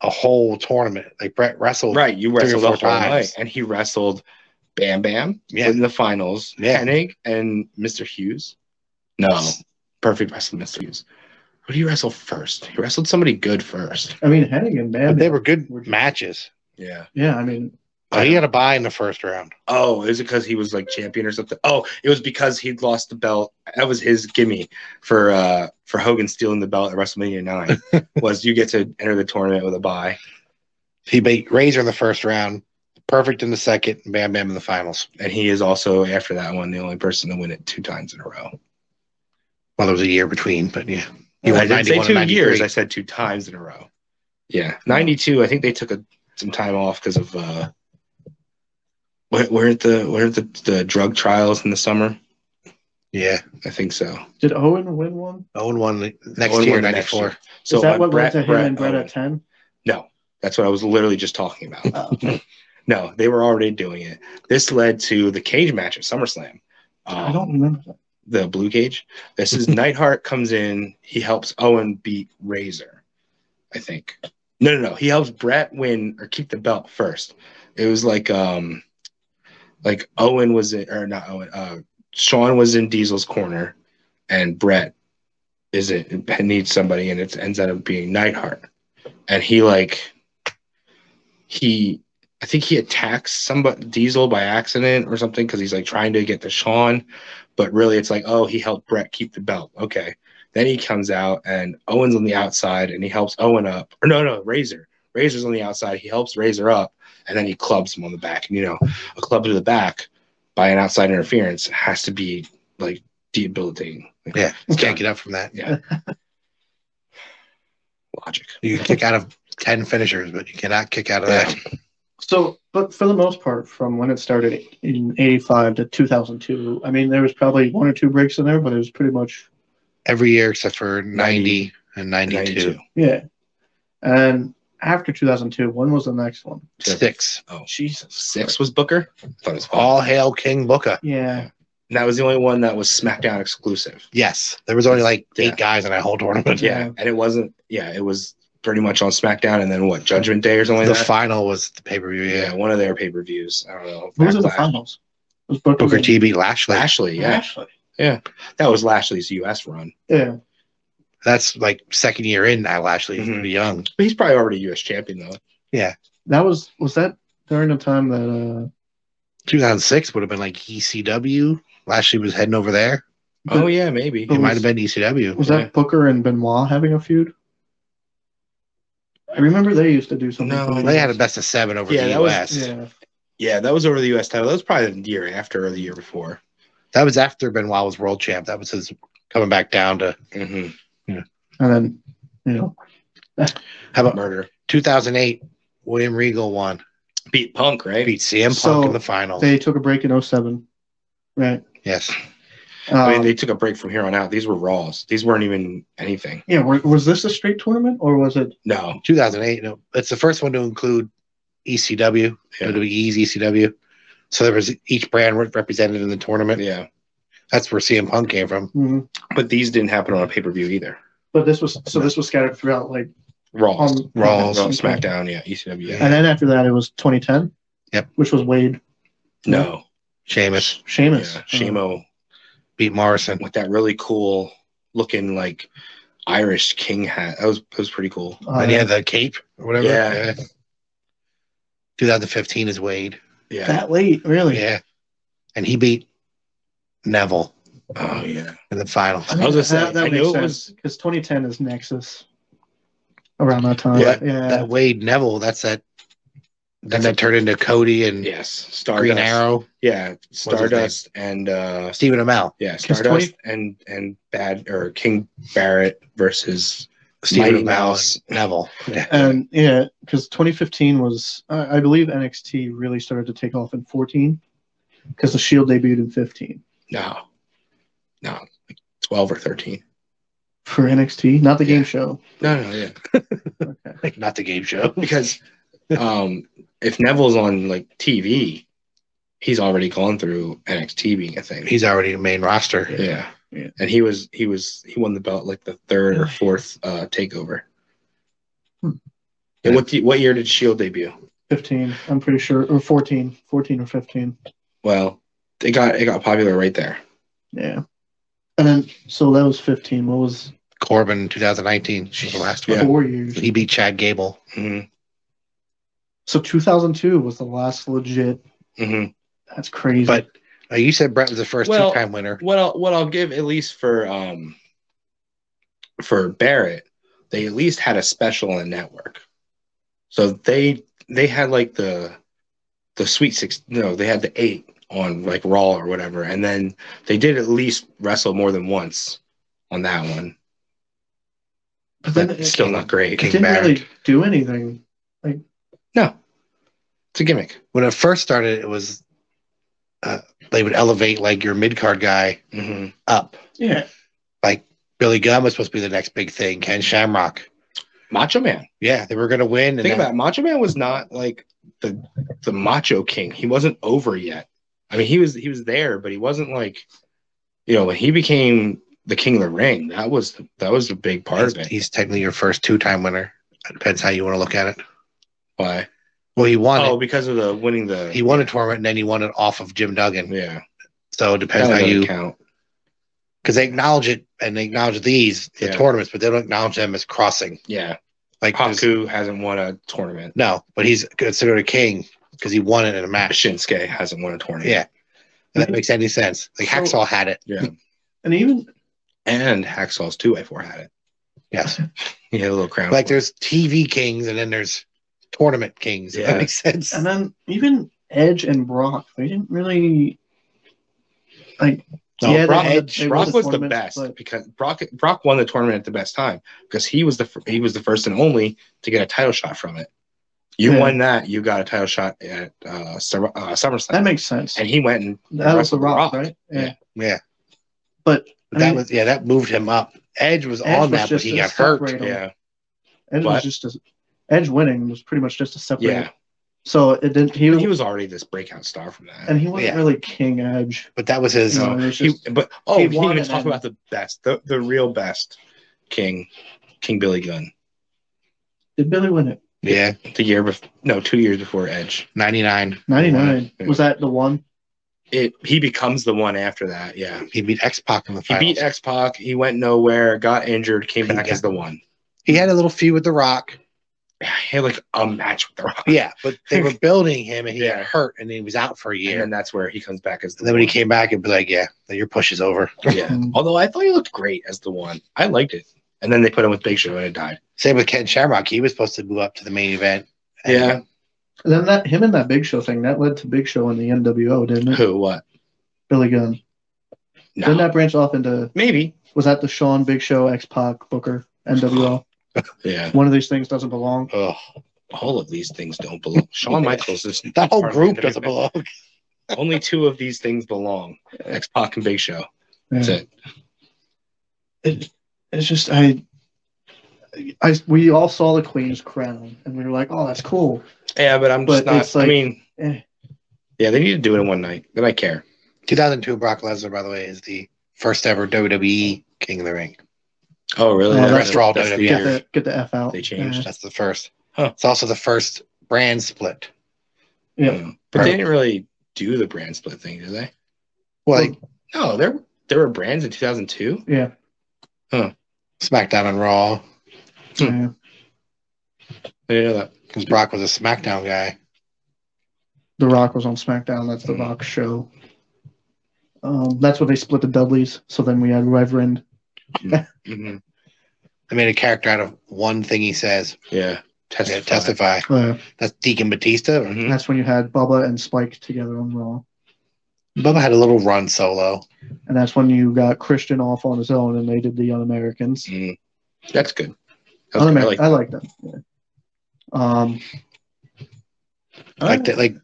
S5: a whole tournament. Like Brett wrestled.
S4: right. You
S5: Three or
S4: wrestled the
S5: four
S4: whole night.
S5: times.
S4: And he wrestled Bam Bam
S5: Yeah.
S4: in the finals.
S5: Yeah.
S4: Hennig and Mr. Hughes. No. Perfect wrestled Mr. Hughes. What did he wrestle first? He wrestled somebody good first.
S3: I mean, Hennigan, man.
S5: But they were good matches.
S4: Yeah.
S3: Yeah, I mean,
S5: Uh, he had a bye in the first round.
S4: Oh, is it because he was like champion or something? Oh, it was because he'd lost the belt. That was his gimme for uh for Hogan stealing the belt at WrestleMania nine. was you get to enter the tournament with a bye.
S5: He beat Razor in the first round, perfect in the second, and Bam Bam in the finals.
S4: and he is also after that one the only person to win it two times in a row.
S5: Well, there was a year between, but yeah. He
S4: I
S5: won
S4: didn't say
S5: 91
S4: two
S5: and
S4: years;
S5: 93.
S4: I said two times in a row. Yeah, ninety-two. I think they took a, some time off because of uh, where, where at the where at the, the drug trials in the summer.
S5: Yeah.
S4: I think so.
S3: did Owen win one?
S5: Owen won the oh next
S4: Owen
S5: year,
S4: won the next
S5: 94.
S4: year. So
S3: Is that
S4: uh,
S3: what
S4: Brett-
S3: led to him
S4: Brett
S3: and Brett
S4: Owen.
S3: at ten?
S4: No, that's what I was literally just talking about.
S3: Oh,
S4: No, they were already doing it. This led to the cage match at SummerSlam.
S3: I don't remember that.
S4: the blue cage. This is Nightheart comes in. He helps Owen beat Razor, I think. No, no, no. He helps Brett win or keep the belt first. It was like um, like Owen was in or not Owen. Uh, Sean was in Diesel's corner, and Brett is it needs somebody, and it ends up being Nightheart, and he like he. I think he attacks somebody Diesel by accident or something because he's like trying to get to Sean, but really it's like, oh, he helped Brett keep the belt. Okay. Then he comes out and Owen's on the outside and he helps Owen up. Or no, no, Razor. Razor's on the outside. He helps Razor up and then he clubs him on the back. And you know, a club to the back by an outside interference has to be like debilitating. Like,
S5: Yeah.
S4: it's
S5: Can't
S4: got
S5: get up from that.
S4: logic.
S5: You can kick out of 10 finishers, but you cannot kick out of that.
S3: So, but for the most part, from when it started in '85 to 2002, I mean, there was probably one or two breaks in there, but it was pretty much
S5: Every year except for 90 and 92.
S4: 92.
S3: yeah. And after 2002, when was the next one?
S5: Six.
S4: Oh,
S3: Jesus,
S4: six was Booker. I thought it was five.
S5: All hail King Booker.
S3: yeah,
S4: And that was the only one that was SmackDown exclusive.
S5: Yes. There was only like
S4: Yeah.
S5: eight guys in that whole tournament.
S4: Yeah. And it wasn't, yeah, it was pretty much on SmackDown and then what, Judgment Day or something
S5: The
S4: like that?
S5: final was the pay per view.
S4: Yeah,
S5: Yeah.
S4: one of their pay per views. I don't know.
S3: who was in the
S4: Backlash.
S3: finals? It was Booker,
S5: Booker
S3: and
S5: T beat Lashley.
S4: Lashley, yeah.
S3: Lashley.
S4: That was Lashley's US run.
S3: Yeah,
S5: That's like second year in now, Lashley. He's
S4: Mhm.
S5: pretty young.
S4: But he's probably already US champion though.
S3: that was was that during the time that uh,
S5: 2006 would have been like ECW. Lashley was heading over there.
S3: But-
S4: oh yeah, maybe.
S5: It
S3: But
S5: might
S3: was-
S5: have been E ECW.
S3: uh was that Booker and Benoit having a feud? I remember they used to do something.
S4: No,
S3: for
S5: They had a
S3: these.
S5: best of seven over
S4: Yeah,
S5: the
S4: that was-
S5: US.
S3: Yeah,
S4: Yeah, that was over the US title. That was probably the year after or the year before.
S5: That was after Benoit was world champ. That was his coming back down to
S4: Mm-hmm.
S3: and then you know,
S5: how about
S4: Murder.
S5: 2008. William Regal won.
S4: Beat Punk, right?
S5: Beat CM Punk
S3: So,
S5: in the final.
S3: they took a break in 07, right?
S5: yes.
S4: I mean,
S3: Um,
S4: they took a break from here on out. These were Raws. These weren't even anything.
S3: Yeah, wa- was this a straight tournament or was it?
S4: No.
S5: 2008. No, it's the first one to include E ECW,
S4: Yeah.
S5: WWE's ECW. E So there was each brand re- represented in the tournament.
S4: Yeah.
S5: That's where CM Punk came from.
S3: mhm.
S4: But these didn't happen on a pay per view either.
S3: But this was so this was scattered throughout like
S4: Raw,
S3: On-
S4: Raw,
S3: on
S4: Raw,
S3: SmackDown.
S4: SmackDown, yeah, E ECW.
S5: Yeah.
S4: Um, Yeah.
S3: And then after that, it was 2010.
S5: Yep.
S3: Which was Wade,
S4: No,
S5: Sheamus
S3: Sheamus,
S4: yeah,
S3: Uh,
S4: Shamo
S5: beat Morrison.
S4: with that really cool looking like Irish king hat. That was that was pretty cool.
S3: uh,
S5: and he had the cape or whatever.
S4: Oh, Yeah.
S5: 2015 is Wade.
S4: Oh, Yeah.
S3: that late, really.
S5: Yeah. And he beat Neville
S4: oh yeah.
S5: in the final.
S3: I, mean,
S4: I was gonna say,
S3: that, that
S4: I
S3: makes
S4: knew it
S3: sense because 2010 is Nexus around that time.
S5: Yeah,
S3: yeah.
S5: That Wade Neville, that's that. Then that turned into Cody and
S4: Yes. Stardust.
S5: Green Arrow,
S4: Yeah.
S5: his name?
S4: Stardust and uh
S5: Stephen Amell.
S4: yeah,
S3: 'Cause
S4: Stardust and and Bad or King Barrett versus
S5: Stephen
S4: Mighty
S5: Amell
S4: Mouse.
S5: and Neville.
S3: and yeah, because 2015 was, I I believe NXT really started to take off in 14 because the Shield debuted in 15
S4: No. No. Like 12 or 13.
S3: for NXT, not the
S4: Yeah.
S3: game show.
S4: No, no, yeah.
S3: Okay.
S5: Not the game show.
S4: Because um if Neville's on like TV, he's already gone through NXT being a thing.
S5: He's already the main roster.
S4: yeah.
S3: Yeah.
S4: And he was he was he won the belt like the third or fourth uh takeover.
S3: Hmm.
S4: And what do you- what year did Shield debut?
S3: 15, I'm pretty sure, or 14, 14 or 15.
S4: Well, it got it got popular right there.
S3: Yeah. And then, so that was 15. What was
S5: Corbin 2019 was the last one.
S3: four years?
S5: He beat Chad Gable.
S4: Mm-hmm.
S3: So 2002 was the last legit.
S4: Mm-hmm.
S3: That's crazy.
S5: But uh, you said Brett was the first
S4: Well-
S5: two-time winner.
S4: What I'll what I'll give at least for um for Barrett, they at least had a special on network. So they they had like the the sweet six no, they had the eight on like Raw or whatever, and then they did at least wrestle more than once on that one.
S3: but
S4: But
S3: then it,
S4: still not great.
S3: it didn't really do anything.
S4: No. It's a gimmick.
S5: When it first started, it was uh, they would elevate like your mid-card guy
S4: Mm-hmm.
S5: up.
S3: Yeah.
S5: Billy Gunn was supposed to be the next big thing. Ken Shamrock.
S4: Macho Man.
S5: Yeah, they were going to win. And
S4: Think
S5: then-
S4: about it, Macho Man was not like the the Macho King. He wasn't over yet. I mean, he was he was there, but he wasn't like you know when he became the King of the Ring. That was that was a big part
S5: he's,
S4: of it.
S5: he's technically your first two-time winner. Depends how you want to look at it.
S4: Why?
S5: Well, he won
S4: Oh,
S5: it.
S4: because of the winning the
S5: He won a tournament, and then he won it off of Jim Duggan.
S4: yeah.
S5: So it depends
S4: That
S5: how
S4: doesn't
S5: you
S4: count?
S5: because they acknowledge it and they acknowledge these the
S4: Yeah.
S5: tournaments, but they don't acknowledge them as crossing.
S4: Yeah,
S5: Like there's-
S4: Haku hasn't won a tournament.
S5: no, but he's considered a king because he won it in a match.
S4: Shinsuke hasn't won a tournament.
S5: Yeah, if that makes any sense. Like
S3: So-
S5: Hacksaw had it.
S4: yeah.
S3: And even,
S4: And Hacksaw's two by four had it.
S5: Yes,
S4: He had a little crown.
S5: like there's TV kings and then there's tournament kings. If
S4: Yeah.
S5: that makes sense.
S3: and then even Edge and Brock, they didn't really. Like,
S5: No,
S3: yeah, they
S4: Brock,
S3: had- they won
S4: Brock was the
S3: tournament,
S4: best
S3: but-
S4: because Brock Brock won the tournament at the best time because he was the fir- he was the first and only to get a title shot from it. You
S3: Yeah.
S4: won that, you got a title shot at uh, Summer, uh, SummerSlam,
S3: that makes sense.
S4: and he went and
S3: That was the
S4: wrestled The
S3: Rock,
S4: Rock.
S3: right?
S4: Yeah.
S5: Yeah,
S3: But
S5: But that
S3: I mean,
S5: was yeah that moved him up. Edge was
S3: Edge
S5: on
S3: was
S5: that, but
S3: just
S5: he
S3: a
S5: got hurt.
S3: separator.
S4: yeah,
S3: Edge
S4: What?
S3: was just a, Edge winning was pretty much just a separate.
S4: yeah.
S3: So it didn't. He,
S4: He
S3: was,
S4: was, already this breakout star from that.
S3: and he wasn't
S5: yeah.
S3: really King Edge.
S5: But that was his.
S3: you know,
S4: No,
S3: it was
S4: he,
S3: just-
S4: but oh,
S3: he
S4: we didn't
S3: won
S4: even
S3: and
S4: talk
S3: then-
S4: about the best, the, the real best King, King Billy Gunn.
S3: Did Billy win it?
S5: Yeah,
S4: The year before, no, two years before Edge.
S5: ninety nine.
S3: Ninety nine.
S4: Yeah.
S3: Was that the one?
S4: It he becomes the one after that. Yeah,
S5: He beat X Pac in the
S4: He
S5: finals.
S4: beat X Pac. He went nowhere, got injured, came back
S5: Yeah.
S4: as the one.
S5: he had a little feud with The Rock.
S4: Yeah, He had like a match with The Rock.
S5: Yeah, but they were building him and he
S4: Yeah.
S5: got hurt and he was out for a
S4: And
S5: year.
S4: then that's where he comes back as the
S5: And then when he
S4: one.
S5: came back, it'd be like, yeah, your push is over.
S4: Yeah. Although I thought he looked great as the one. I liked it. And then they put him with Big Show and it died.
S5: Same with Ken Shamrock. He was supposed to move up to the main event. And
S4: Yeah.
S3: And then that him and that Big Show thing that led to Big Show and the NWO, didn't it?
S4: Who? What?
S3: Billy Gunn.
S4: No.
S3: Didn't that branch off into?
S4: Maybe.
S3: Was that the Shawn Big Show X Pac Booker NWO?
S4: Yeah.
S3: One of these things doesn't belong.
S5: Ugh,
S4: All of these things don't belong. Shawn Michaels is
S5: that whole
S4: part of
S5: group
S4: the
S5: doesn't
S4: WWE.
S5: belong.
S4: Only two of these things belong. X Pac and Big Show. That's
S3: Yeah.
S4: it.
S3: It, it's just I. I, we all saw the Queen's crown, and we were like, "Oh, that's cool."
S4: Yeah, but I'm
S3: But
S4: just
S3: it's
S4: not I
S3: like-
S4: mean
S3: Eh.
S4: Yeah, they need to do it in one night. Then I care.
S5: 2002 Brock Lesnar, by the way, is the first ever WWE King E of the Ring.
S4: Oh, really?
S3: Uh,
S4: That's-
S3: that's-
S5: They're all
S4: that's
S5: doing
S4: the
S5: it.
S3: Get
S4: year.
S3: the, get the F out.
S4: They changed.
S5: That's the first.
S4: Huh.
S5: It's also the first brand split.
S3: Yeah.
S4: But
S5: Right.
S4: they didn't really do the brand split thing, did they?
S5: Well, like
S4: No, there there were brands in 2002.
S3: Yeah.
S5: SmackDown and
S3: yeah.
S5: Raw,
S4: Hmm. I didn't know that.
S5: because Brock was a SmackDown guy.
S3: The Rock was on SmackDown. That's the
S4: Mhm.
S3: Rock show. Um, that's where they split the Dudleys. So then we had Reverend.
S4: Mhm.
S5: They made a character out of one thing he says.
S4: Yeah.
S5: Yeah,
S4: Testify.
S5: testify.
S3: Uh,
S5: That's Deacon Batista.
S4: Mhm.
S3: that's when you had Bubba and Spike together on Raw.
S5: Bubba had a little run solo.
S3: And that's when you got Christian off on his own and they did the Un Americans.
S4: Mhm. That's good. That's good.
S3: Un
S4: I
S3: American.
S4: like
S3: I like that. Yeah. Um,
S4: Oh.
S5: Like that, like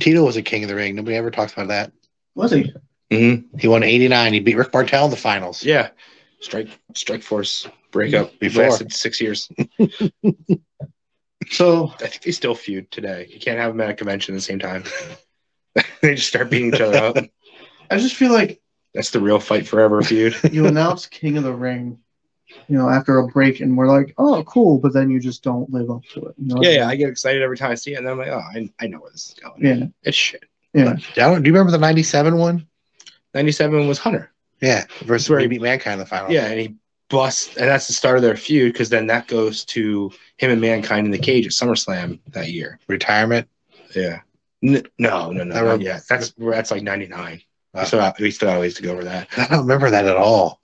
S5: Tito was a king of the ring. Nobody ever talks about that.
S3: Was he?
S4: Mhm.
S5: He won '89. He beat Rick Martel in the finals.
S4: Yeah. Strike Strike Force breakup
S5: Before.
S4: lasted six years.
S5: So
S4: I think they still feud today. You can't have them at a convention at the same time. they just start beating each other up.
S3: I just feel like
S4: That's the real fight forever feud.
S3: you announce King of the Ring, you know, after a break, and we're like, oh, cool, but then you just don't live up to it. You know?
S4: yeah, yeah. I get excited every time I see it, and then I'm like, oh, I, I know where this is going.
S3: Yeah.
S4: It's shit.
S5: down, do you remember the '97 one?
S4: 97 was Hunter.
S5: Yeah, versus
S4: Where
S5: where he
S4: he-
S5: beat Mankind in the finals.
S4: Yeah, and he busts, and that's the start of their feud because then that goes to him and Mankind in the cage at SummerSlam that year.
S5: retirement.
S4: Yeah. N- no, no, no.
S5: That was-
S4: Yeah, that's that's like 99.
S5: Wow.
S4: We, still have, we still have ways to go over that.
S5: I don't remember that at all.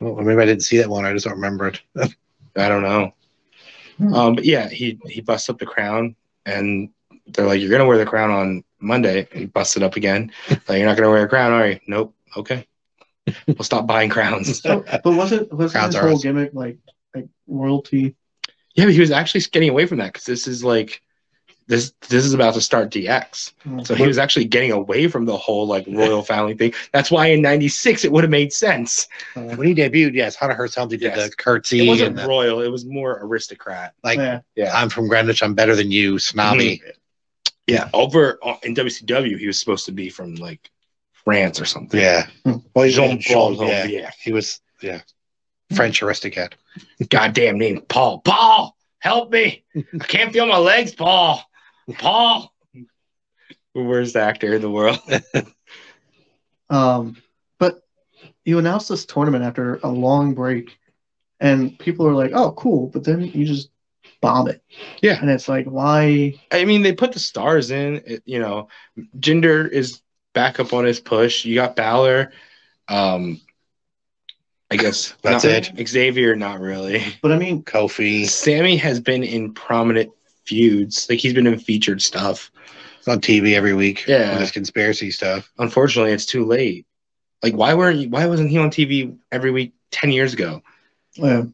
S5: Well, maybe I didn't see that one. I just don't remember it.
S4: I don't know.
S3: Hmm.
S4: Um, but yeah, he he busts up the crown, and they're like, "You're gonna wear the crown on Monday." And he busts it up again. like, you're not gonna wear a crown, are you? Nope. Okay. We'll stop buying crowns.
S3: So- but was it was
S5: Crowns
S3: his
S5: are
S3: whole
S5: us.
S3: gimmick like like royalty?
S4: Yeah, but he was actually getting away from that because this is like this this is about to start DX. So he was actually getting away from the whole like royal family thing. That's why in '96 it would have made sense.
S3: Uh,
S5: When he debuted, yes, Hunter Hearst Helmsley did
S4: Yes.
S5: the curtsy
S4: It wasn't
S5: and the,
S4: royal; it was more aristocrat.
S5: like
S3: yeah.
S4: Yeah,
S5: I'm from Greenwich, I'm better than
S4: Mm-hmm.
S5: you, snobby.
S4: yeah. Over uh, in WCW, he was supposed to be from like France or something.
S5: Yeah.
S3: Hmm.
S5: Well, he-
S4: Jean Paul
S5: yeah.
S4: Jean-Pierre.
S5: He was yeah.
S4: Hmm.
S5: French aristocrat.
S4: Goddamn name, Paul. Paul, help me! I can't feel my legs, Paul. Paul, worst actor in the world.
S3: Um, but you announced this tournament after a long break, and people are like, "Oh, cool," but then you just bomb it.
S4: Yeah.
S3: and it's like, why?
S4: I mean, they put the stars in. It, you know, Jinder is back up on his push. You got Balor. Um, I guess
S5: That's
S4: not- Xavier, not really.
S3: But I mean,
S5: Kofi.
S4: Sammy has been in prominent feuds. Like he's been in featured stuff.
S5: It's on TV every week.
S4: Yeah.
S5: With his conspiracy stuff.
S4: Unfortunately, it's too late. Like why weren't you, why wasn't he on TV every week ten years ago?
S3: uh,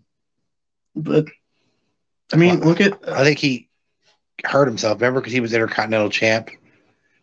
S3: but I mean,
S5: Well,
S3: look at uh,
S5: I think he hurt himself, remember, because he was intercontinental champ.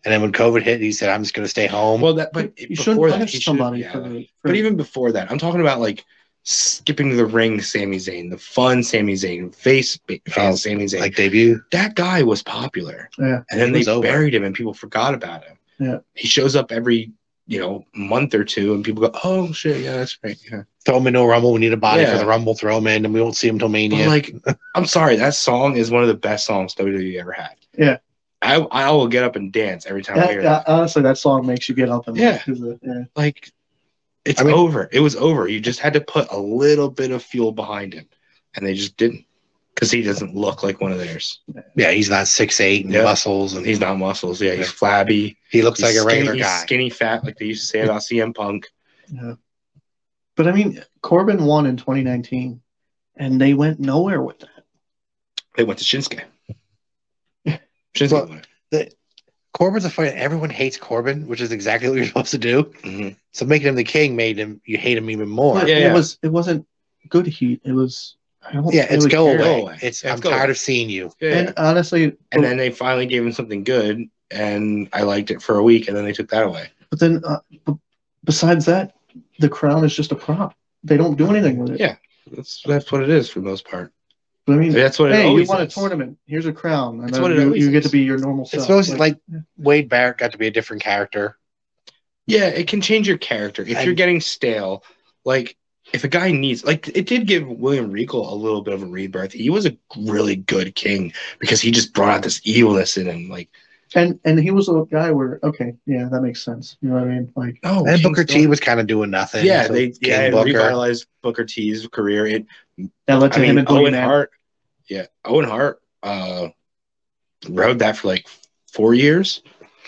S5: And then when COVID hit, he said, I'm just gonna stay home.
S4: Well, that but
S3: you shouldn't
S4: before that,
S3: punish
S4: he should-
S3: somebody
S4: yeah.
S3: for, the- for
S4: But even before that, I'm talking about like skipping the ring, Sami Zayn, the fun Sami Zayn, face ba- fan
S5: Oh,
S4: Sami Zayn.
S5: like debut.
S4: that guy was popular.
S3: Yeah.
S4: And then
S5: He
S4: they
S5: was over.
S4: buried him and people forgot about him.
S3: Yeah.
S4: He shows up every, you know, month or two and people go, Oh shit, yeah, that's right. Yeah.
S5: Throw him in no rumble. We need a body
S4: Yeah.
S5: for the rumble, throw him in, and we won't see him till
S4: But
S5: mania.
S4: like, I'm sorry, that song is one of the best songs WWE ever had.
S3: Yeah.
S4: I I will get up and dance every time I
S3: that,
S4: hear
S3: that-
S4: that.
S3: honestly, that song makes you get up and
S4: Yeah.
S3: do the- yeah.
S4: Like it's
S5: I mean-
S4: over. It was over. You just had to put a little bit of fuel behind him. And they just didn't. Because he doesn't look like one of theirs.
S5: yeah, he's not six eight and
S4: Yeah.
S5: muscles and
S4: He's not muscles. Yeah, he's flabby.
S5: he looks like
S4: He's
S5: a regular
S4: skinny, he's
S5: guy.
S4: Skinny fat, like they used to say about CM Punk.
S3: Yeah. But I mean, Corbin won in 2019, and they went nowhere with that.
S4: They went to Shinsuke. Shinsuke
S5: Well-
S4: won it.
S5: Corbin's a fight. Everyone hates Corbin, which is exactly what you're supposed to do.
S4: Mhm.
S5: So making him the king made him you hate him even more.
S3: But
S5: Yeah,
S4: Yeah,
S3: it
S4: yeah.
S3: was it wasn't good heat. It was I don't
S5: it's
S3: really
S5: go
S3: care.
S5: away.
S4: Go away.
S5: It's
S4: Yeah,
S5: I'm
S4: go
S5: tired
S4: away.
S5: of seeing you.
S4: Yeah.
S3: And honestly,
S4: And
S3: but-
S4: then they finally gave him something good, and I liked it for a week, and then they took that away.
S3: But then, uh, b- besides that, the crown is just a prop. They don't do anything with it.
S4: Yeah. That's that's what it is for the most part.
S3: But I mean,
S4: That's what it
S3: hey, you
S4: always
S3: won a
S4: is.
S3: tournament. Here's a crown, and
S4: It's
S3: then
S4: what it
S3: you,
S4: always
S3: you
S4: is.
S3: get to be your normal self.
S5: It's supposed to like Wade Barrett got to be a different character.
S4: Yeah, it can change your character if
S5: And-
S4: you're getting stale. Like if a guy needs like it did give William Regal a little bit of a rebirth. He was a really good king because he just brought out this evilness in him. Like
S3: And and he was a guy where okay, yeah, that makes sense. You know what I mean? Like
S4: oh,
S5: and Booker T
S4: T
S5: was kind of doing nothing.
S4: yeah,
S5: so
S4: they
S5: King
S4: yeah it
S5: Booker.
S4: revitalized Booker T's career. It
S3: that led
S4: I
S3: to him
S4: mean
S3: and
S4: Owen
S3: Owen
S4: Hart. Yeah, Owen Hart uh rode that for like four years.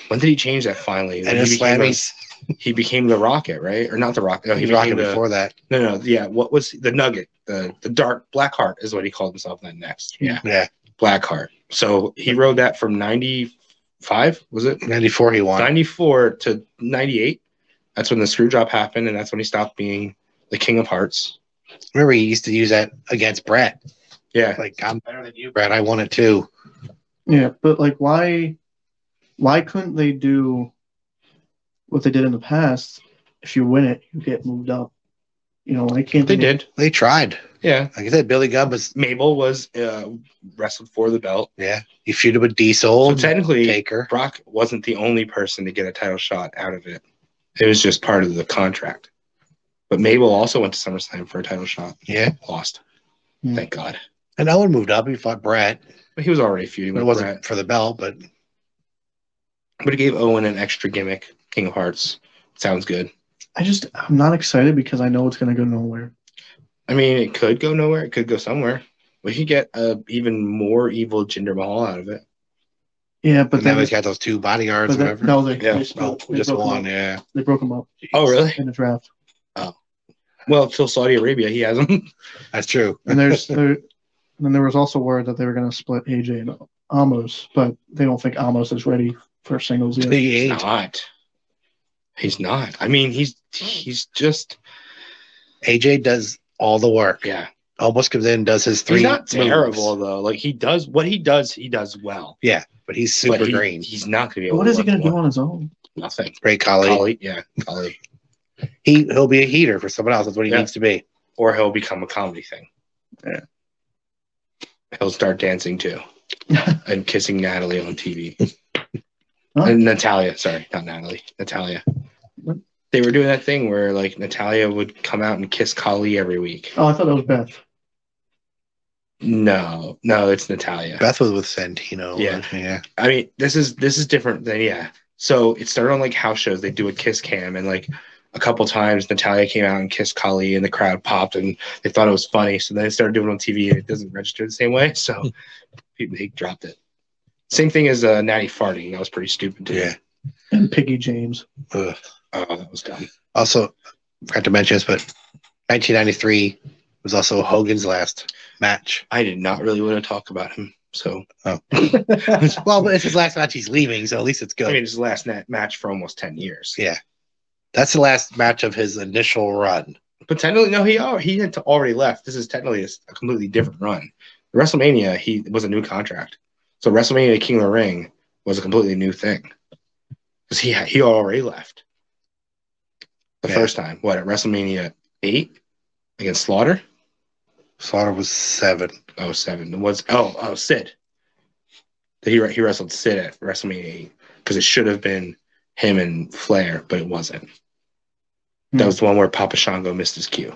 S4: When did he change that finally?
S5: and
S4: he,
S5: his
S4: became a-
S5: slammies.
S4: he became the Rocket, right? Or not the Rocket? No,
S5: he
S4: he
S5: was rocking
S4: became the,
S5: before that.
S4: No, no, yeah. What was the Nugget? The the Dark Blackheart is what he called himself then. Next, yeah,
S5: Yeah,
S4: Blackheart. So he rode that from ninety five, was it
S5: ninety four. He won.
S4: ninety four to ninety eight? That's when the screw job happened, and that's when he stopped being the King of Hearts.
S5: Remember, he used to use that against Brett.
S4: Yeah,
S5: Like I'm better than you, Brett. I won it too.
S3: Yeah, but like why why couldn't they do what they did in the past? If you win it, you get moved up. You know, why can't
S4: they did.
S5: They tried.
S4: Yeah,
S5: Like I said, Billy Gunn was.
S4: Mabel was uh, wrestled for the belt.
S5: Yeah, he feuded with Diesel.
S4: So technically,
S5: Taker.
S4: Brock wasn't the only person to get a title shot out of it. It was just part of the contract. But Mabel also went to SummerSlam for a title shot.
S5: Yeah,
S4: Lost.
S3: Hmm.
S4: Thank God.
S5: and Owen moved up. He fought Brett.
S4: But he was already feuding
S5: It
S4: with
S5: wasn't
S4: Brett.
S5: for the belt, but
S4: But it gave Owen an extra gimmick. King of Hearts. Sounds good.
S3: I just I'm not excited because I know it's gonna go nowhere.
S4: I mean, it could go nowhere. It could go somewhere. We could get a even more evil Jinder Mahal out of it.
S3: Yeah, but
S5: but now
S3: then,
S5: he's got those two bodyguards.
S3: but
S5: or
S3: then
S5: whatever.
S3: no, they,
S4: Yeah,
S3: they,
S5: Oh,
S3: split- they
S5: just
S3: broke them
S5: one.
S3: up.
S5: Yeah.
S3: They broke him up
S4: Oh, really?
S3: in the draft.
S4: Well, till Saudi Arabia, he has him.
S5: That's true.
S3: And there's there, then there was also word that they were gonna split AJ and Amos, but they don't think Amos is ready for singles yet.
S5: Big eight.
S4: not. He's not. I mean, he's he's just
S5: AJ does all the work.
S4: yeah.
S5: Almost comes in, does his three.
S4: he's not
S5: moves,
S4: terrible though. Like he does what he does, he does well.
S5: but he's super
S4: but he-
S5: green.
S4: He's not gonna be able
S3: What
S4: to
S3: is he
S4: work
S3: gonna do
S4: one-
S3: on his own?
S4: Nothing.
S5: Great colleague.
S4: Collie, yeah, collie.
S5: He he'll be a heater for someone else. That's what he
S4: Yeah.
S5: needs to be.
S4: Or he'll become a comedy thing.
S3: Yeah.
S4: He'll start dancing too. and kissing Natalie on TV.
S3: Huh?
S4: And Natalia, sorry, not Natalie. Natalia.
S3: What?
S4: They were doing that thing where like Natalia would come out and kiss Kali every week.
S3: Oh, I thought that was Beth.
S4: No, no, it's Natalia.
S5: Beth was with Santino.
S4: Yeah.
S5: yeah.
S4: I mean, this is this is different than yeah. So it started on like house shows. They do a kiss cam, and like a couple times, Natalia came out and kissed Kali, and the crowd popped, and they thought it was funny. So then they started doing it on TV, and it doesn't register the same way. So people they dropped it. Same thing as uh, Natty farting. That was pretty stupid too.
S5: Yeah.
S3: And Piggy James.
S5: Ugh.
S4: Oh, that was dumb.
S5: Also, forgot to mention this, but 1993 was also Hogan's last match.
S4: I did not really want to talk about him. So
S5: well, but it's his last match. He's leaving, so at least it's good.
S4: I mean, his last net match for almost ten years.
S5: yeah. That's the last match of his initial run.
S4: But technically, no, he al- he had already left. This is technically a s- a completely different run. WrestleMania, he was a new contract. So WrestleMania King of the Ring was a completely new thing because he ha- he already left the
S5: Yeah.
S4: first time. What at WrestleMania eight against Slaughter?
S5: Slaughter was seven.
S4: Oh seven It was oh oh Sid. He wre- he wrestled Sid at WrestleMania eight because it should have been him and Flair, but it wasn't. That
S3: Hmm.
S4: was the one where Papa Shango missed his cue.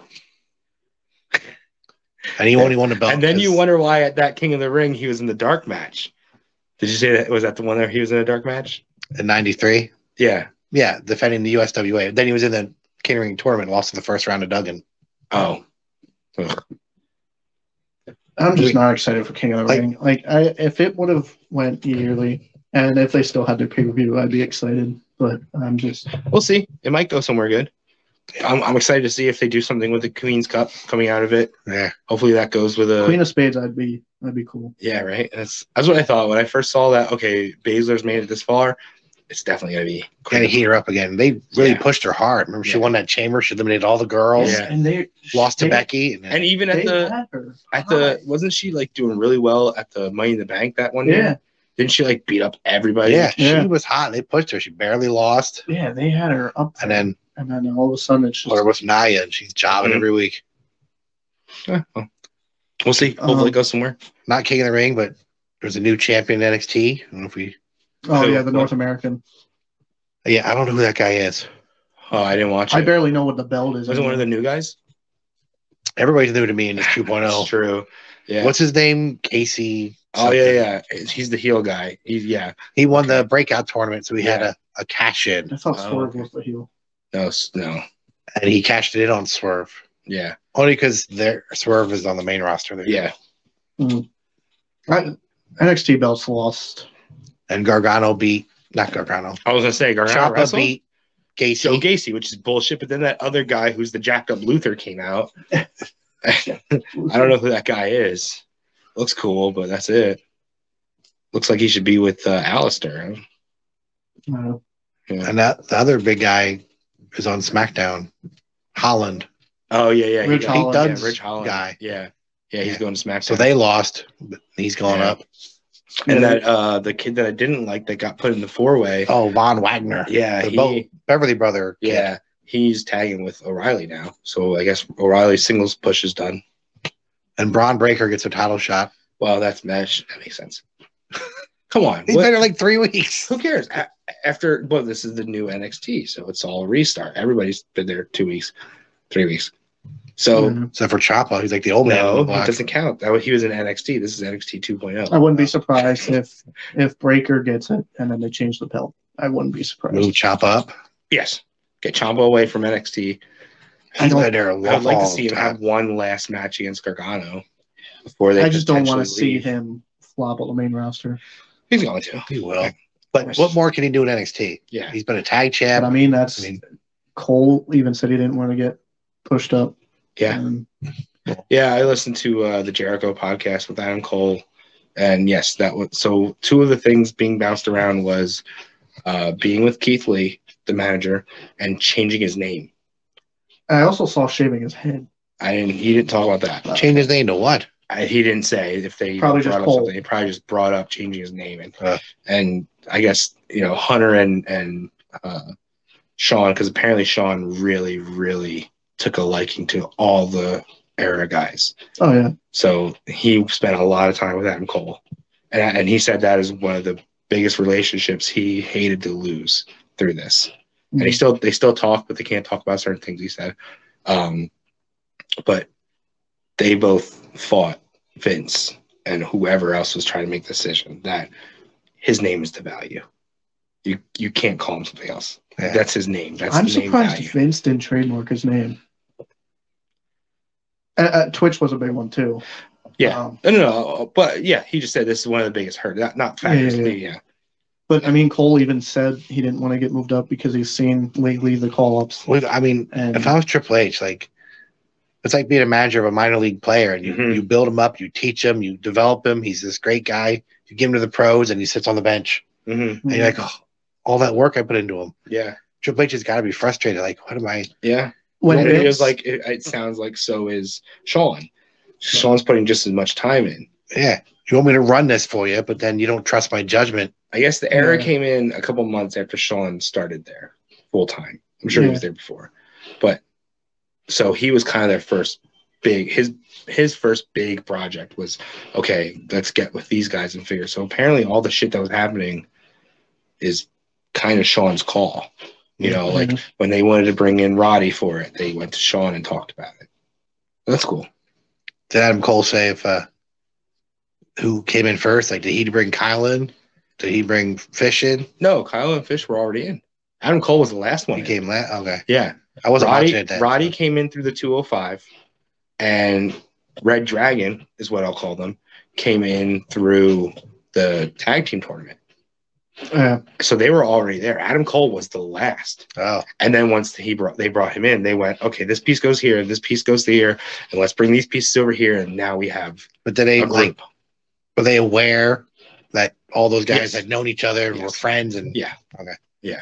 S5: And he only won a
S3: Oh,
S5: belt.
S4: and then you
S5: 'cause-
S4: wonder why at that King of the Ring he was in the dark match. Did you say that was that the one that he was in a dark match?
S5: in '93.
S4: Yeah.
S5: Yeah, defending the USWA. Then he was in the catering tournament, lost in the first round to Duggan.
S4: Oh.
S3: I'm just not excited for King of the
S5: Like-
S3: Ring. Like, I if it would have went yearly, and if they still had their pay per view, I'd be excited. But I'm just
S4: We'll see. It might go somewhere good. I'm, I'm excited to see if they do something with the Queen's Cup coming out of it.
S5: Yeah,
S4: Hopefully that goes with
S5: Uh,
S4: a
S3: Queen of Spades. I'd be I'd be cool.
S4: Yeah, right. That's that's what I thought when I first saw that. Okay, Baszler's made it this far. It's definitely gonna be
S5: got to
S4: Queen.
S5: heat her up again. They really
S4: Yeah.
S5: pushed her hard. Remember, she
S4: Yeah.
S5: won that chamber. She eliminated all the girls.
S4: Yeah.
S3: and they
S5: Lost to
S3: they-
S5: Becky. And,
S4: And even
S3: They
S4: at the
S3: had her.
S4: at the wasn't she like doing really well at the Money in the Bank that one year?
S3: yeah
S4: Didn't she like beat up everybody?
S5: yeah,
S3: Yeah.
S5: she was hot. They pushed her. She barely lost.
S3: yeah they had her up
S5: And then
S3: and then all of a sudden it's just
S5: or with Naya, and she's jobbing
S4: Mhm.
S5: every week.
S4: Yeah, well, we'll see.
S3: Uh-huh.
S4: Hopefully, it goes somewhere.
S5: Not king of the ring, but there's a new champion in NXT. I don't know if we.
S3: oh
S4: who-
S3: yeah the North American.
S5: Yeah, I don't know who that guy is.
S4: Oh, I didn't watch
S3: I
S4: it.
S3: barely know what the belt is.
S4: Was it one of the new guys?
S5: Everybody's new to me in this
S4: That's
S5: 2.0.
S4: true. Yeah.
S5: What's his name? Casey.
S4: oh yeah,
S5: something.
S4: yeah. He's the heel guy. He's yeah.
S5: He won the breakout tournament, so he had
S4: Yeah.
S5: a, a cash in,
S3: I thought
S4: Oh,
S3: Swerve
S4: okay.
S3: was the heel.
S4: No, s- no.
S5: and he cashed it in on Swerve
S4: Yeah,
S5: only because their Swerve is on the main roster. There.
S4: yeah.
S3: I, NXT belts lost.
S5: and Gargano beat not Gargano.
S4: I was gonna say Gargano
S5: Ciampa
S4: wrestled
S5: beat Casey.
S4: Joe Gacy, which is bullshit. But then that other guy, who's the jacked up Luther, came out. I don't know who that guy is. Looks cool, but that's it. Looks like he should be with uh, Alistair. huh?
S3: know.
S5: and that the other big guy is on SmackDown. Holland.
S4: Oh yeah, yeah. he
S3: Rich
S4: got-
S3: Holland.
S4: yeah,
S5: Doug's
S4: Rich Holland
S5: guy.
S4: Yeah, yeah. He's
S5: Yeah.
S4: going to SmackDown.
S5: So they lost. But he's going
S4: Yeah.
S5: up.
S4: and that uh, the kid that I didn't like that got put in the four way.
S5: Oh, Von Wagner.
S4: yeah,
S5: The
S4: he-
S5: Bo- Beverly brother. kid.
S4: yeah. He's tagging with O'Reilly now, so I guess O'Reilly's singles push is done.
S5: And Braun Breaker gets a title shot.
S4: Well, that's mesh. That makes sense. Come on.
S5: He's
S4: what-
S5: been there like three weeks.
S4: who cares? A- After, well, this is the new NXT, so it's all restart. Everybody's been there two weeks, three weeks. So,
S3: Mhm.
S5: Except for Ciampa, he's like
S3: Mm-hmm.
S5: the old man. on
S4: no,
S5: the
S4: it
S5: block.
S4: doesn't count. That was, he was in NXT. This is NXT 2.0.
S3: I wouldn't be surprised if if Breaker gets it and then they change the belt. I wouldn't be surprised.
S5: Move Ciampa up.
S4: Yes. Get Ciampa away from NXT.
S5: He's
S3: don't-
S5: been there a long,
S4: I would
S3: Oh,
S4: like to
S5: long
S4: see him
S5: time.
S4: have one last match against Gargano before they.
S3: I just don't want to
S4: potentially
S3: see
S4: leave.
S3: him flop on the main roster.
S4: He's going to.
S5: He will. But what more can he do in NXT?
S4: Yeah.
S5: He's been a
S3: But
S5: tag
S3: I
S5: champ.
S3: mean, that's
S5: I mean,
S3: Cole. Even said he didn't want to get pushed up.
S4: Yeah.
S3: And
S4: Yeah, I listened to uh, the Jericho podcast with Adam Cole, and yes, that was so. Two of the things being bounced around was uh, being with Keith Lee, the manager, and changing his name.
S3: I also saw shaving his head.
S4: I didn't. He didn't talk about that.
S5: change his name to what?
S4: I, he didn't say if they
S3: Probably just
S4: brought up
S3: Cole.
S4: something. He probably just brought up changing his name, and
S5: Uh.
S4: and I guess you know Hunter and and uh, Sean, because apparently Sean really really took a liking to all the era guys.
S3: Oh yeah.
S4: So he spent a lot of time with Adam Cole, and, and he said that is one of the biggest relationships he hated to lose through this. And
S3: Mm-hmm.
S4: he still they still talk, but they can't talk about certain things. He said, um, but they both fought Vince and whoever else was trying to make the decision that his name is the value. You you can't call him something else.
S5: Yeah.
S4: That's his name. That's
S3: I'm
S4: the name
S3: surprised
S4: value.
S3: Vince didn't trademark his name. Uh, uh, Twitch was a big one too.
S4: Yeah.
S3: Um,
S4: No, no, no, but yeah, he just said this is one of the biggest hurt, not, not
S3: Yeah, yeah,
S4: factors.
S3: yeah.
S4: maybe, yeah.
S3: but I mean, Cole even said he didn't want to get moved up because he's seen lately the call ups.
S5: Well, I mean,
S3: And
S5: if I was Triple H, like it's like being a manager of a minor league player, and you,
S4: Mhm.
S5: you build him up, you teach him, you develop him. He's this great guy. You give him to the pros, and he sits on the bench,
S4: Mm-hmm.
S5: and you're like, oh, all that work I put into him.
S4: Yeah,
S5: Triple H has got to be frustrated. Like, what am I?
S4: yeah.
S3: when
S4: and it
S3: Vince-
S4: was like it, it sounds like so is Sean. Sean's putting just as much time in.
S5: Yeah, you want me to run this for you, but then you don't trust my judgment.
S4: I guess the era
S3: Yeah.
S4: came in a couple months after Sean started there full time. I'm sure he was there before, but so he was kind of their first big his his first big project was okay. Let's get with these guys and figure. So apparently, all the shit that was happening is kind of Sean's call. You know, like
S3: Mhm.
S4: when they wanted to bring in Roddy for it, they went to Sean and talked about it. That's cool.
S5: Did Adam Cole say if uh, who came in first? Like, did he bring Kyle in? Did he bring Fish in?
S4: No, Kyle and Fish were already in. Adam Cole was the last one.
S5: He
S4: in.
S5: came last. Okay,
S4: Yeah.
S5: I wasn't
S4: Roddy,
S5: watching it then.
S4: Roddy came in through the 205, and Red Dragon is what I'll call them, came in through the tag team tournament.
S3: yeah,
S4: So they were already there. Adam Cole was the last.
S5: Oh,
S4: And then once he brought they brought him in, they went, okay, this piece goes here, this piece goes here, and let's bring these pieces over here, and now we have
S5: but did
S4: a
S5: they like?
S4: group.
S5: were they aware that all those guys
S4: Yes.
S5: had known each other and were
S4: Yes.
S5: friends and
S4: Yeah.
S5: Okay.
S4: Yeah.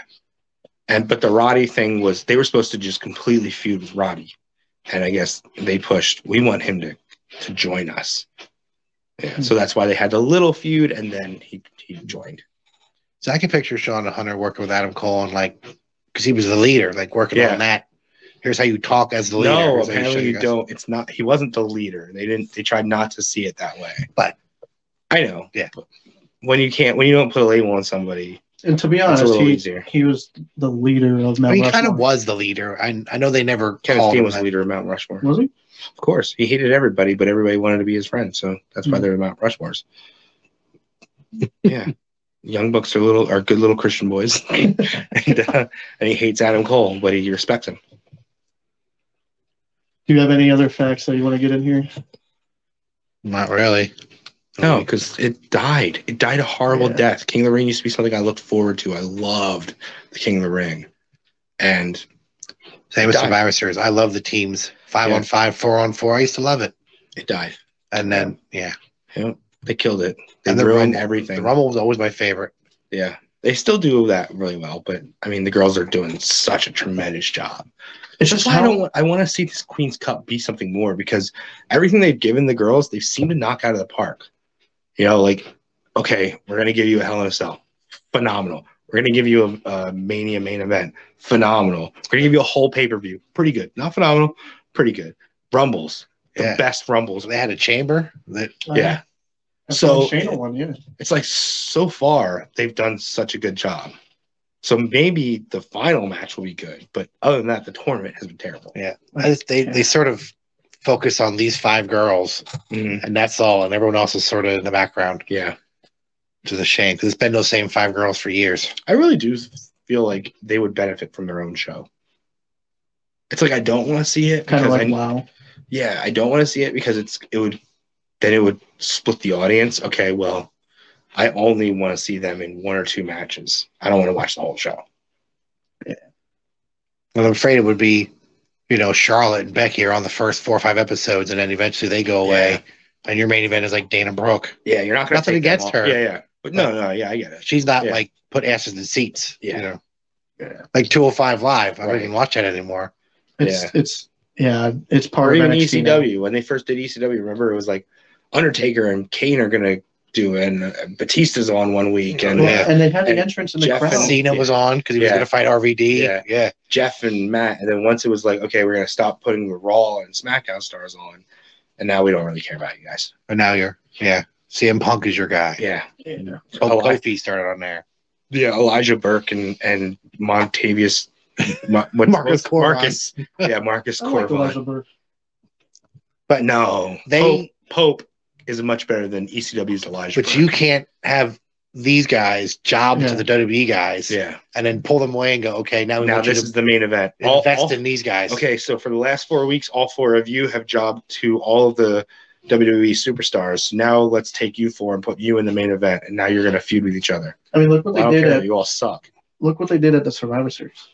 S4: And but the Roddy thing was they were supposed to just completely feud with Roddy. And I guess they pushed, we want him to to join us. Yeah. So that's why they had the little feud and then he he joined.
S5: so i can picture sean and hunter working with adam cole and like because he was the leader like working
S4: Yeah.
S5: on that here's how you talk as the leader
S4: no,
S5: Here's how show
S4: apparently
S5: your
S4: you
S5: guys-
S4: don't. It's not he wasn't the leader. They didn't they tried not to see it that way.
S5: But-
S4: I know.
S5: Yeah.
S4: When you can't when you don't put a label on somebody,
S3: and to be
S4: That's a
S3: honest,
S4: little
S3: he,
S4: easier.
S3: he was the leader of
S5: I
S3: Mount
S5: mean, he kind of
S3: Rushmore.
S5: was the leader i, I know they never
S4: Kevin
S5: called
S4: Steen
S5: him
S4: was the
S5: that.
S4: leader of Mount Rushmore.
S3: Was he?
S4: Of course, he hated everybody, but everybody wanted to be his friend, so that's why
S5: Hmm.
S3: Mhm.
S4: they're in Mount Rushmores. yeah, Young Bucks are little are good little Christian boys, and, uh, and he hates Adam Cole, but he respects him.
S3: Do you have any other facts that you want to get in here?
S5: Not really. Oh.
S4: No, because it died. It died a horrible
S3: Yeah.
S4: death. King of the Ring used to be something I looked forward to. I loved the King of the Ring, and
S5: Same with
S4: Done.
S5: Survivor Series. I love the teams. Five
S4: Yeah.
S5: on five, four on four. I used to love it.
S4: it died.
S5: And then, yeah.
S4: Yep, they killed it. They
S5: and
S4: ruined
S5: Rumble.
S4: everything.
S5: The Rumble was always my favorite.
S4: Yeah, they still do that really well, but I mean, the girls are doing such a tremendous job. It's just why I don't. Want, I want to see this Queen's Cup be something more because everything they've given the girls, they seem to knock out of the park. You know, like okay, we're gonna give you a Hell in a Cell, phenomenal. We're gonna give you a, a Mania main event, phenomenal. We're gonna give you a whole pay per view, pretty good. Not phenomenal, pretty good. Rumbles, the
S5: Yeah.
S4: best rumbles.
S5: They had a chamber that
S4: Yeah.
S3: That's
S4: So-
S3: one Shayna one, yeah.
S4: it's like so far they've done such a good job. So maybe the final match will be good, but other than that, the tournament has been terrible.
S5: I just- they, they sort of focus on these five girls,
S4: Mm-hmm.
S5: and that's all. And everyone else is sort of in the background,
S4: Yeah,
S5: which is a shame because it's been those same five girls for years.
S4: I really do feel like they would benefit from their own show. It's like I don't want to see it
S3: Kind of
S4: because I-
S3: like wow.
S4: yeah, I don't want to see it because it's it would then it would split the audience. Okay, well, I only want to see them in one or two matches. I don't want to watch the whole show.
S5: And I'm afraid it would be, you know, Charlotte and Becky are on the first four or five episodes, and then eventually they go away. And your main event is like Dana Brooke.
S4: Yeah, you're not going to
S5: Nothing against her.
S4: Yeah, yeah, but no, no, yeah, I get it.
S5: She's not
S4: Yeah.
S5: like put asses in seats.
S4: Yeah.
S5: You know,
S4: Yeah.
S5: like 205 Live. I don't
S4: Right.
S5: even watch that anymore.
S3: It's
S4: Yeah.
S3: it's yeah, it's
S4: or
S3: part of
S4: even E
S3: NXT now.
S4: ECW when they first did ECW. Remember, it was like Undertaker and Kane are gonna do, and uh, Batista's on one week, and uh,
S3: Well,
S5: Yeah.
S3: and they had the
S4: And
S3: entrance in the
S4: Jeff
S3: crowd.
S4: Oh,
S5: Cena
S4: yeah.
S5: was on because he was
S4: Yeah.
S5: going to fight RVD.
S4: Yeah.
S5: Yeah.
S4: Jeff and Matt. And then once it was like, okay, we're gonna stop putting the Raw and SmackDown stars on, and now we don't really care about you guys.
S5: And now you're, yeah. CM Punk is your guy.
S4: Yeah,
S3: Yeah.
S5: Oh,
S4: Oh, I-
S5: Kofi started on there.
S4: yeah. Elijah Burke and and Montavious. Mon- what-
S5: Marcus
S4: what-
S5: Corvin.
S4: Marcus, yeah, Marcus
S3: I like
S4: Corvin.
S3: Elijah Burke.
S4: but no,
S5: They-
S4: Pope, Pope is much better than ECW's Elijah.
S5: But
S4: Burke.
S5: you can't have these guys job
S3: Yeah.
S5: to the WWE guys
S4: yeah.
S5: and then pull them away and go, okay, now we
S4: Now
S5: want you
S4: this
S5: to
S4: is the main event. All-
S5: invest
S4: all-
S5: in these guys.
S4: Okay, so for the last four weeks, all four of you have jobbed to all of the WWE superstars. Now let's take you four and put you in the main event, and now you're going to feud with each other.
S3: I mean, look what
S4: I
S3: they
S4: don't
S3: did
S4: care.
S3: at
S4: You all suck.
S3: look what they did at the Survivor Series.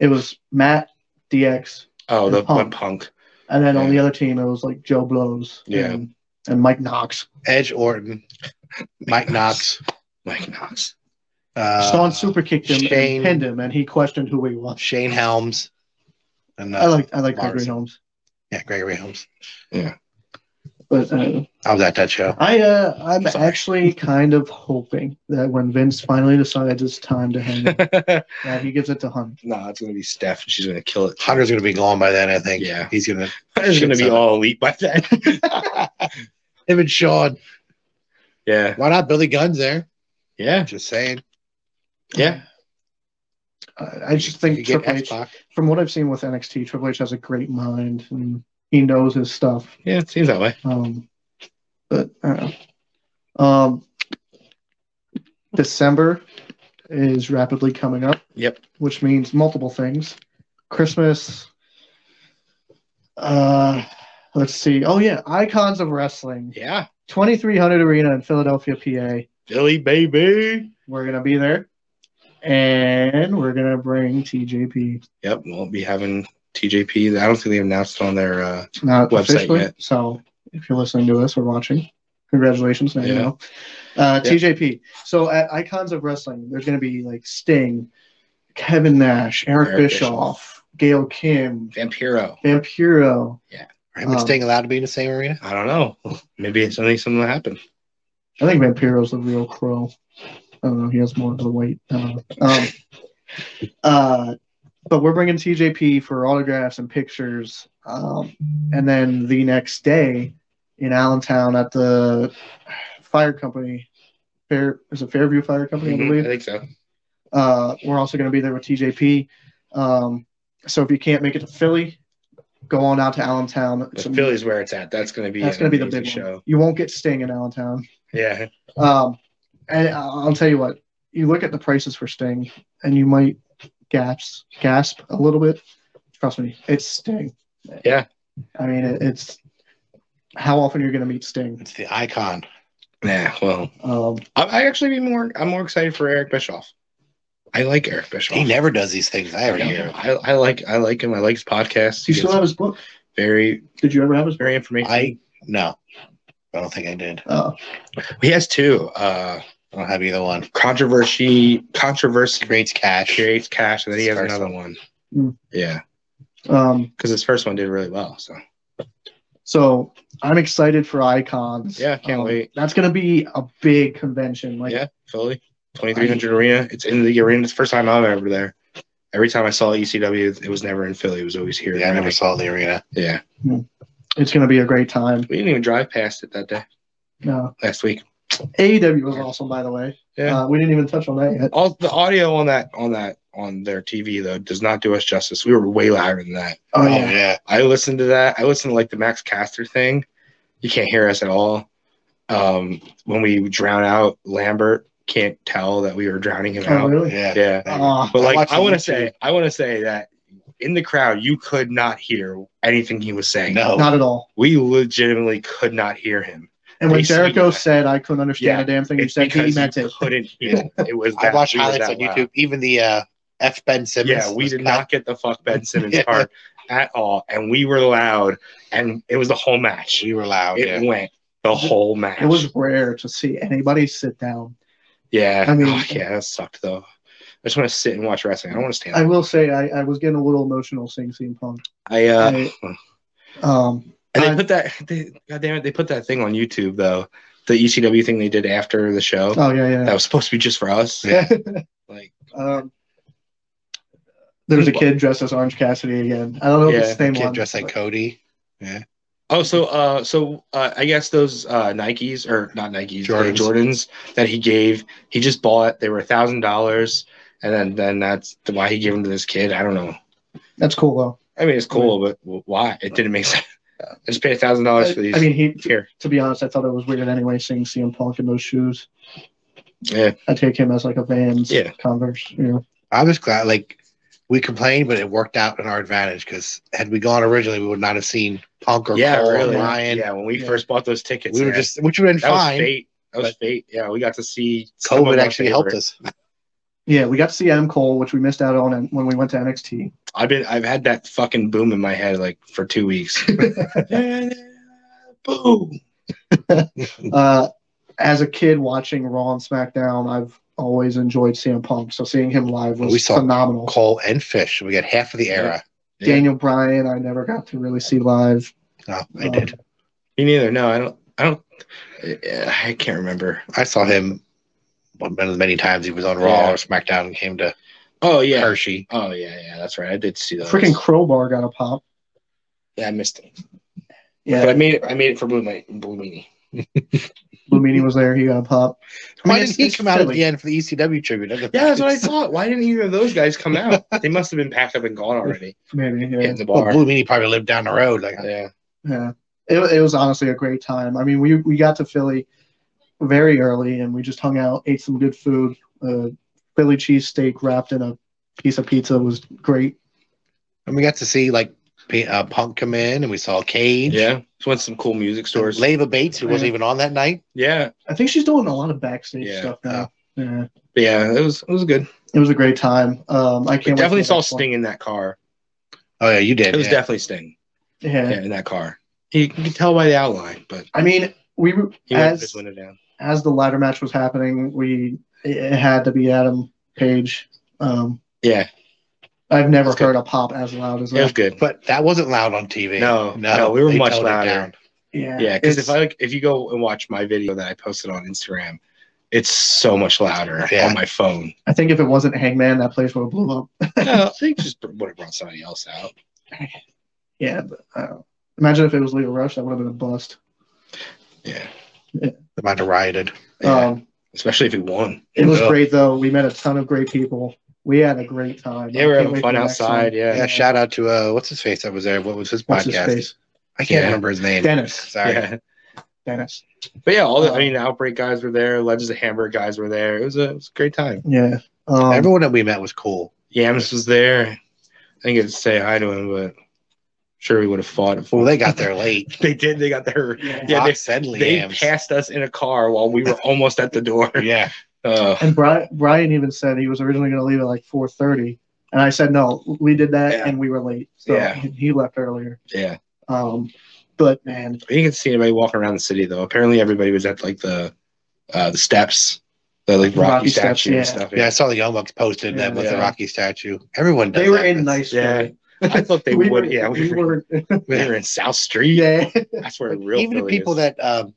S3: It was Matt, DX,
S4: Oh,
S3: And
S4: the
S3: Punk.
S4: punk. punk.
S3: and then on
S4: Yeah.
S3: the other team it was like Joe Blows
S4: Yeah.
S3: and, and Mike Knox.
S5: Edge Orton, Mike Knox,
S4: Mike Knox.
S5: uh,
S3: Sean super kicked him
S5: Shane-
S3: and pinned him, and he questioned who he was.
S5: Shane Helms, and uh,
S3: I like I like Gregory
S5: Mars.
S3: Holmes,
S5: yeah, Gregory Helms.
S3: but uh,
S5: I was at that show.
S3: I uh, I'm
S4: Sorry.
S3: actually kind of hoping that when Vince finally decides it's time to hang, it,
S4: no,
S3: that he gives it to Hunt.
S4: it's going to be Steph, and she's going to kill it.
S5: Hunter's going to be gone by then, I think.
S4: Yeah.
S5: He's going to.
S4: Hunter's going to be all elite by then.
S5: Him and Sean.
S4: yeah.
S5: Why not Billy Gunn's there?
S4: Yeah.
S5: Just saying.
S4: Yeah.
S3: I, I just
S5: You
S3: think
S5: get
S3: Triple H,
S5: X-Pac.
S3: from what I've seen with NXT, Triple H has a great mind and he knows his stuff.
S4: Yeah, it seems that way.
S3: Um, but uh, um, December is rapidly coming up.
S4: Yep.
S3: Which means multiple things. Christmas. Uh, let's see. Oh yeah, Icons of Wrestling,
S4: Yeah.
S3: 2300 Arena in Philadelphia, PA.
S4: Philly, baby.
S3: We're gonna be there, and we're gonna bring TJP.
S4: Yep. We'll be having TJP. I don't think they announced it on their. Uh,
S3: It's not
S4: Website
S3: officially.
S4: yet.
S3: So if you're listening to us or watching, congratulations. Now you
S4: Yeah.
S3: know. Uh,
S4: Yeah.
S3: TJP. So at Icons of Wrestling, there's going to be like Sting, Kevin Nash, Eric,
S4: Eric
S3: Bischoff, Gail Kim,
S4: Vampiro.
S3: Vampiro.
S5: Him and
S3: Um,
S5: Sting allowed to be in the same arena?
S4: I don't know. Maybe it's only something that happened.
S3: I think Vampiro's the real crow. I don't know. He has more of the weight. I don't know. Um, uh, but we're bringing TJP for autographs and pictures. Um, and then the next day in Allentown at the fire company, Fair is it Fairview Fire Company, I
S4: Mhm, I
S3: believe.
S4: think so.
S3: Uh, we're also going to be there with TJP. Um, so if you can't make it to Philly, Go on out to Allentown.
S4: The
S3: It's a-
S4: Philly's where it's at. That's going to be
S3: that's
S4: an
S3: going to be the
S4: amazing
S3: big show. You won't get Sting in Allentown.
S4: Yeah,
S3: Um, and I- I'll tell you what, you look at the prices for Sting, and you might gasp gasp a little bit. Trust me, it's Sting.
S4: Yeah.
S3: I mean, it, it's how often you're going to meet Sting.
S5: It's the icon.
S4: yeah. Well,
S3: Um,
S4: I, I actually be more. I'm more excited for Eric Bischoff. I like Eric Bischoff.
S3: Oh.
S5: He never does these things. I already hear.
S4: I, I like I like him. I like his podcast.
S3: do you still
S4: It's
S3: have his book?
S4: very
S3: Did you ever have his book?
S4: very informative.
S5: I no. I don't think I did.
S3: Uh,
S4: he has two. Uh,
S5: I don't have either one.
S4: controversy controversy
S5: Creates cash.
S4: creates cash, and then he has
S5: First
S4: another one.
S3: Mm.
S4: Yeah,
S3: um,
S4: because his first one did really well. So
S3: so I'm excited for Icons.
S4: Yeah, can't
S3: Um,
S4: wait.
S3: That's going to be a big convention. Like,
S4: yeah, Philly, 2300 arena. It's in the arena. It's the first time I'm ever there. Every time I saw ECW, it was never in Philly. It was always here.
S5: Yeah, I never
S4: Right.
S5: saw the arena.
S4: Yeah,
S3: it's going to be a great time.
S4: we didn't even drive past it that day
S3: Uh,
S4: last week.
S3: AEW E was awesome, by the way.
S4: Yeah.
S3: Uh, we didn't even touch on that yet.
S4: All the audio on that on that on their TV though does not do us justice. We were way louder than that.
S3: Oh,
S5: Oh
S3: yeah.
S5: yeah.
S4: I listened to that. I listened to like the Max Caster thing. You can't hear us at all. Um, when we drown out, Lambert can't tell that we were drowning him
S3: Oh,
S4: out.
S5: Yeah.
S3: really?
S4: Yeah,
S3: Uh,
S4: but
S5: I
S4: like
S5: watched
S4: I
S5: the
S4: want to
S5: YouTube.
S4: say, I want to say that in the crowd, you could not hear anything he was saying.
S5: No.
S3: Not at all.
S4: We legitimately could not hear him.
S3: And when
S4: They see
S3: Jericho
S4: that.
S3: said I couldn't understand
S4: Yeah,
S3: a damn thing you
S4: It's
S3: said, he
S4: because
S3: meant
S4: you
S3: it.
S4: couldn't hear. It was.
S5: I
S4: that-
S5: watched
S4: we were
S5: highlights
S4: that
S5: on
S4: loud.
S5: YouTube. Even the uh, F Ben Simmons.
S4: Yeah, we
S5: was
S4: did
S5: cut.
S4: not get the fuck Ben Simmons
S5: Yeah.
S4: part at all, and we were loud, and it was the whole match.
S5: We were loud.
S4: It
S5: Oh, yeah.
S4: went the whole match.
S3: It was rare to see anybody sit down.
S4: Yeah.
S3: I mean-
S4: Oh, yeah, that sucked though. I just want to sit and watch wrestling. I don't want to stand.
S3: I
S4: up.
S3: will say I, I was getting a little emotional seeing CM Punk.
S4: I, uh,
S3: Um,
S4: and
S3: I-
S5: Uh,
S4: they put that. They, God damn it! They put that thing on YouTube though. The ECW thing they did after the show
S3: oh yeah, yeah.
S4: that was supposed to be just for us.
S5: Yeah.
S4: Like,
S3: Um, there's a kid dressed as Orange Cassidy again. I don't know if
S4: Yeah,
S3: it's the same
S5: Kid
S3: one.
S5: dressed like
S3: but-
S5: Cody.
S4: oh, so, uh, so uh, I guess those uh, Nikes or not Nikes, the
S5: Jordans.
S4: Jordans that he gave, he just bought. They were a thousand dollars, and then then that's why he gave them to this kid. I don't know.
S3: That's cool though.
S4: I mean, it's cool, but why? It didn't make sense. Just pay a thousand dollars
S3: I,
S4: for these.
S3: I mean, he.
S4: here.
S3: To be honest, I thought it was weird anyway seeing CM Punk in those shoes.
S4: Yeah.
S3: I take him as like a Vans,
S4: Yeah.
S3: Converse. You know.
S5: I was glad. Like we complained, but it worked out in our advantage because had we gone originally, we would not have seen Punk or
S4: yeah,
S5: Cole
S4: really.
S5: or Ryan.
S4: Yeah, when we
S3: Yeah.
S4: first bought those tickets,
S5: we were
S4: yeah,
S5: just, which would have been
S4: that was
S5: fine.
S4: fate. That was fate. Yeah, we got to see some of
S5: COVID
S4: our
S5: actually helped
S4: favorite-
S5: us.
S3: Yeah, we got to see Adam Cole, which we missed out on and- when we went to NXT.
S4: I've been, I've had that fucking boom in my head like for two weeks. boom.
S3: uh, as a kid watching Raw and SmackDown, I've always enjoyed CM Punk. So seeing him live was
S5: We saw
S3: phenomenal.
S5: Cole and Fish. We got half of the era.
S4: Yeah.
S3: Daniel Bryan, I never got to really see live.
S5: No, Oh, I did.
S4: Me neither. No, I don't. I don't. yeah, I can't remember.
S5: I saw him one of the many times he was on Raw
S4: Yeah.
S5: or SmackDown and came to
S4: Oh yeah.
S5: Hershey.
S4: Oh yeah, yeah. That's right. I did see that.
S3: Freaking Crowbar got a pop.
S4: Yeah, I missed it. But I
S3: Yeah,
S4: made it. I made it for Blue, Ma- Blue Meanie.
S3: Lumini was there. He got a pop. I
S5: Why
S3: mean,
S5: didn't
S3: it's-
S5: he
S3: it's
S5: come out at
S3: silly.
S5: the end for the ECW tribute?
S4: Yeah, that's what I thought. Why didn't either of those guys come out? They must have been packed up and gone already.
S3: Maybe. Yeah.
S4: Hitting the
S5: Well,
S4: bar.
S5: Blue Meanie probably lived down the road. Like,
S4: Yeah.
S3: yeah. It, wa- it was honestly a great time. I mean, we, we got to Philly very early and we just hung out, ate some good food. Uh, Philly cheesesteak wrapped in a piece of pizza was great.
S5: and we got to see like P- uh, Punk come in, and we saw Cage.
S4: Yeah. Just went to some cool music stores.
S5: Leva Bates, who wasn't
S3: Yeah.
S5: even on that night.
S4: Yeah.
S3: I think she's doing a lot of backstage
S4: Yeah.
S3: stuff now. Yeah.
S4: Yeah, it was it was good.
S3: It was a great time. Um,
S4: We
S3: I can't wait
S4: definitely
S3: for the
S4: saw
S3: next one.
S4: Sting in that car.
S5: Oh yeah, you did.
S4: It was
S5: yeah.
S4: definitely Sting
S3: Yeah.
S4: yeah, in that car. You can tell by the outline, but
S3: I mean, we
S4: he went
S3: as
S4: his window down.
S3: as the ladder match was happening, we it it had to be Adam Page. Um,
S4: Yeah,
S3: I've never
S4: That's good.
S3: heard a pop as loud as
S4: it was
S3: that.
S4: good.
S5: But that wasn't loud on TV.
S4: No, no, we were
S5: they
S4: much
S5: toned it
S4: louder.
S5: down.
S3: Yeah.
S4: Yeah, because if
S3: it's-
S4: I like, if you go and watch my video that I posted on Instagram, it's so much louder
S5: Yeah.
S4: on my phone.
S3: I think if it wasn't Hangman, that place would have blew up.
S4: no, they just would have brought somebody else out.
S3: Yeah. But, uh, imagine if it was Leo Rush, that would have been a bust.
S4: Yeah,
S5: They might have rioted.
S4: yeah.
S3: Um,
S4: especially if he won.
S3: it was
S5: Yeah.
S3: great though. We met a ton of great people. We had a great time.
S4: They were
S3: I can't
S4: having
S3: wait
S4: fun
S3: for the next
S4: outside.
S3: time.
S5: Yeah,
S4: Yeah.
S5: shout out to uh, what's his face that was there. What was his
S3: What's his
S5: podcast?
S3: face?
S5: I can't
S4: Yeah.
S5: remember his name.
S3: Dennis.
S5: Sorry.
S4: Yeah.
S3: Dennis.
S4: But yeah, all the,
S3: Uh,
S4: I mean, Outbreak guys were there. Legends of Hamburg guys were there. It was a, it was a great time.
S3: Yeah. Um,
S5: Everyone that we met was cool.
S4: Yams was there. I didn't get to say hi to him, but sure we would have fought. if-
S5: Well, they got there late.
S4: they did. They got there.
S3: yeah.
S4: Yeah,
S5: Yeah,
S4: they-
S5: Fox said
S4: They
S5: Liam's.
S4: passed us in a car while we were almost at the door.
S5: Yeah,
S4: Uh,
S3: And Brian, Brian even said he was originally going to leave at like 4:30, and I said no, we did that
S4: Yeah.
S3: and we were late, so
S4: Yeah.
S3: he he left earlier.
S4: yeah,
S3: Um, but man,
S4: you didn't see anybody walking around the city though. Apparently, everybody was at like the uh, the steps, the like Rocky,
S3: Rocky
S4: statue
S3: steps,
S4: and
S3: yeah.
S4: stuff.
S5: yeah. I saw the Young Bucks posted that
S3: Yeah.
S5: with the
S4: Yeah.
S5: Rocky statue. Everyone does
S3: they were
S5: that.
S3: in nice.
S5: That's-
S4: yeah.
S3: shape.
S4: I thought they
S3: We
S4: would.
S3: were-
S4: yeah, we, were,
S3: were.
S4: we were in South Street.
S3: Yeah,
S4: That's where
S5: Like,
S4: real
S5: even the
S4: Philly
S5: people
S4: is.
S5: that um,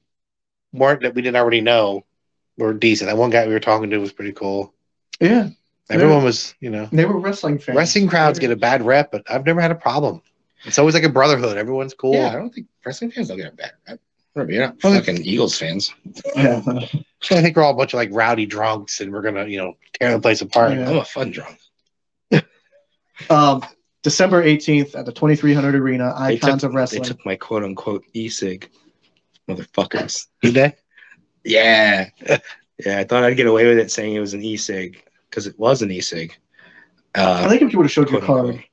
S5: weren't that we didn't already know were decent. That one guy we were talking to was pretty cool.
S3: yeah.
S5: Everyone was, you know,
S3: They were wrestling fans.
S5: wrestling crowds get a bad rep, but I've never had a problem. It's always like a brotherhood. Everyone's cool.
S4: Yeah, I don't think wrestling fans don't get a bad rep. Remember, You're not
S5: Okay.
S4: fucking Eagles fans.
S3: Yeah.
S5: I think we're all a bunch of like rowdy drunks, and we're gonna, you know, tear the place apart.
S3: Yeah.
S4: I'm a fun drunk.
S3: Um, December 18th at the 2300 Arena,
S4: They
S3: Icons
S4: took-
S3: of
S4: They
S3: Wrestling.
S4: took my quote unquote e cig, motherfuckers.
S5: Did they?
S4: Yeah, yeah. I thought I'd get away with it saying it was an e cig because it was an e cig.
S3: I
S4: Uh,
S3: think if you would have showed your
S4: quote,
S3: card,
S4: unquote.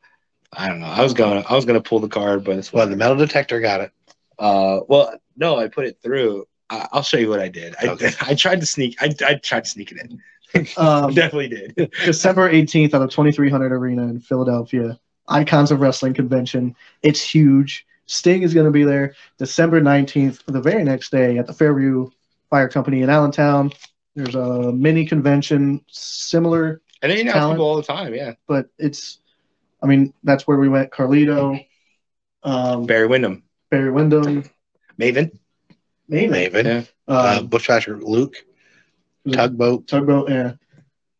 S4: I don't know. I was gonna I was gonna pull the card, but it's
S5: Well, the metal detector got it.
S4: Uh, well, no, I put it through. I, I'll show you what I did. I,
S5: Okay.
S4: I tried to sneak. I, I tried to sneak it in.
S3: um,
S4: Definitely did.
S3: December 18th at the 2300 Arena in Philadelphia. Icons of Wrestling convention. It's huge. Sting is going to be there December 19th, the very next day at the Fairview Fire Company in Allentown. There's a mini convention similar,
S4: And they announce
S3: Talent.
S4: people all the time. Yeah,
S3: but it's, I mean, that's where we went. Carlito, um,
S4: Barry Windham,
S3: Barry Windham,
S4: Maven.
S3: maybe. Mm-hmm.
S5: Maven,
S4: Yeah.
S5: uh,
S3: Um,
S5: Bushwhacker Luke, Tugboat,
S3: Tugboat, yeah.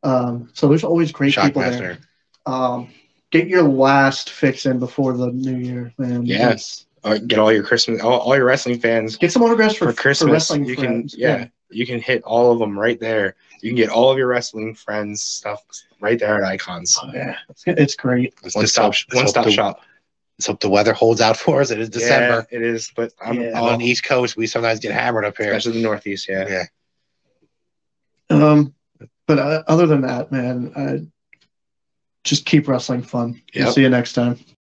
S3: Um, so there's always great people there.
S5: Shockmaster.
S3: Um, get your last fix in before the new year, man.
S4: Yeah. Or uh, get all your Christmas, all, all your wrestling fans
S3: Get some autographs for,
S4: for Christmas.
S3: wrestling
S4: you
S3: friends.
S4: can, yeah, you can hit all of them right there. You can get all of your wrestling friends stuff right there at Icons.
S3: Yeah. Yeah. It's, it's great.
S5: Let's
S4: One
S5: just
S4: stop,
S5: hope- let's
S4: one
S5: hope
S4: stop
S5: the-
S4: shop.
S5: Let's hope the weather holds out for us. It is December.
S4: Yeah, it is, but I'm
S3: Yeah.
S5: And
S4: all,
S5: on the East Coast, we sometimes get hammered up here.
S4: especially the Northeast. Yeah.
S5: Yeah.
S3: Um, but uh, other than that, man, uh, just keep wrestling fun. We'll
S4: Yep.
S3: see you next time.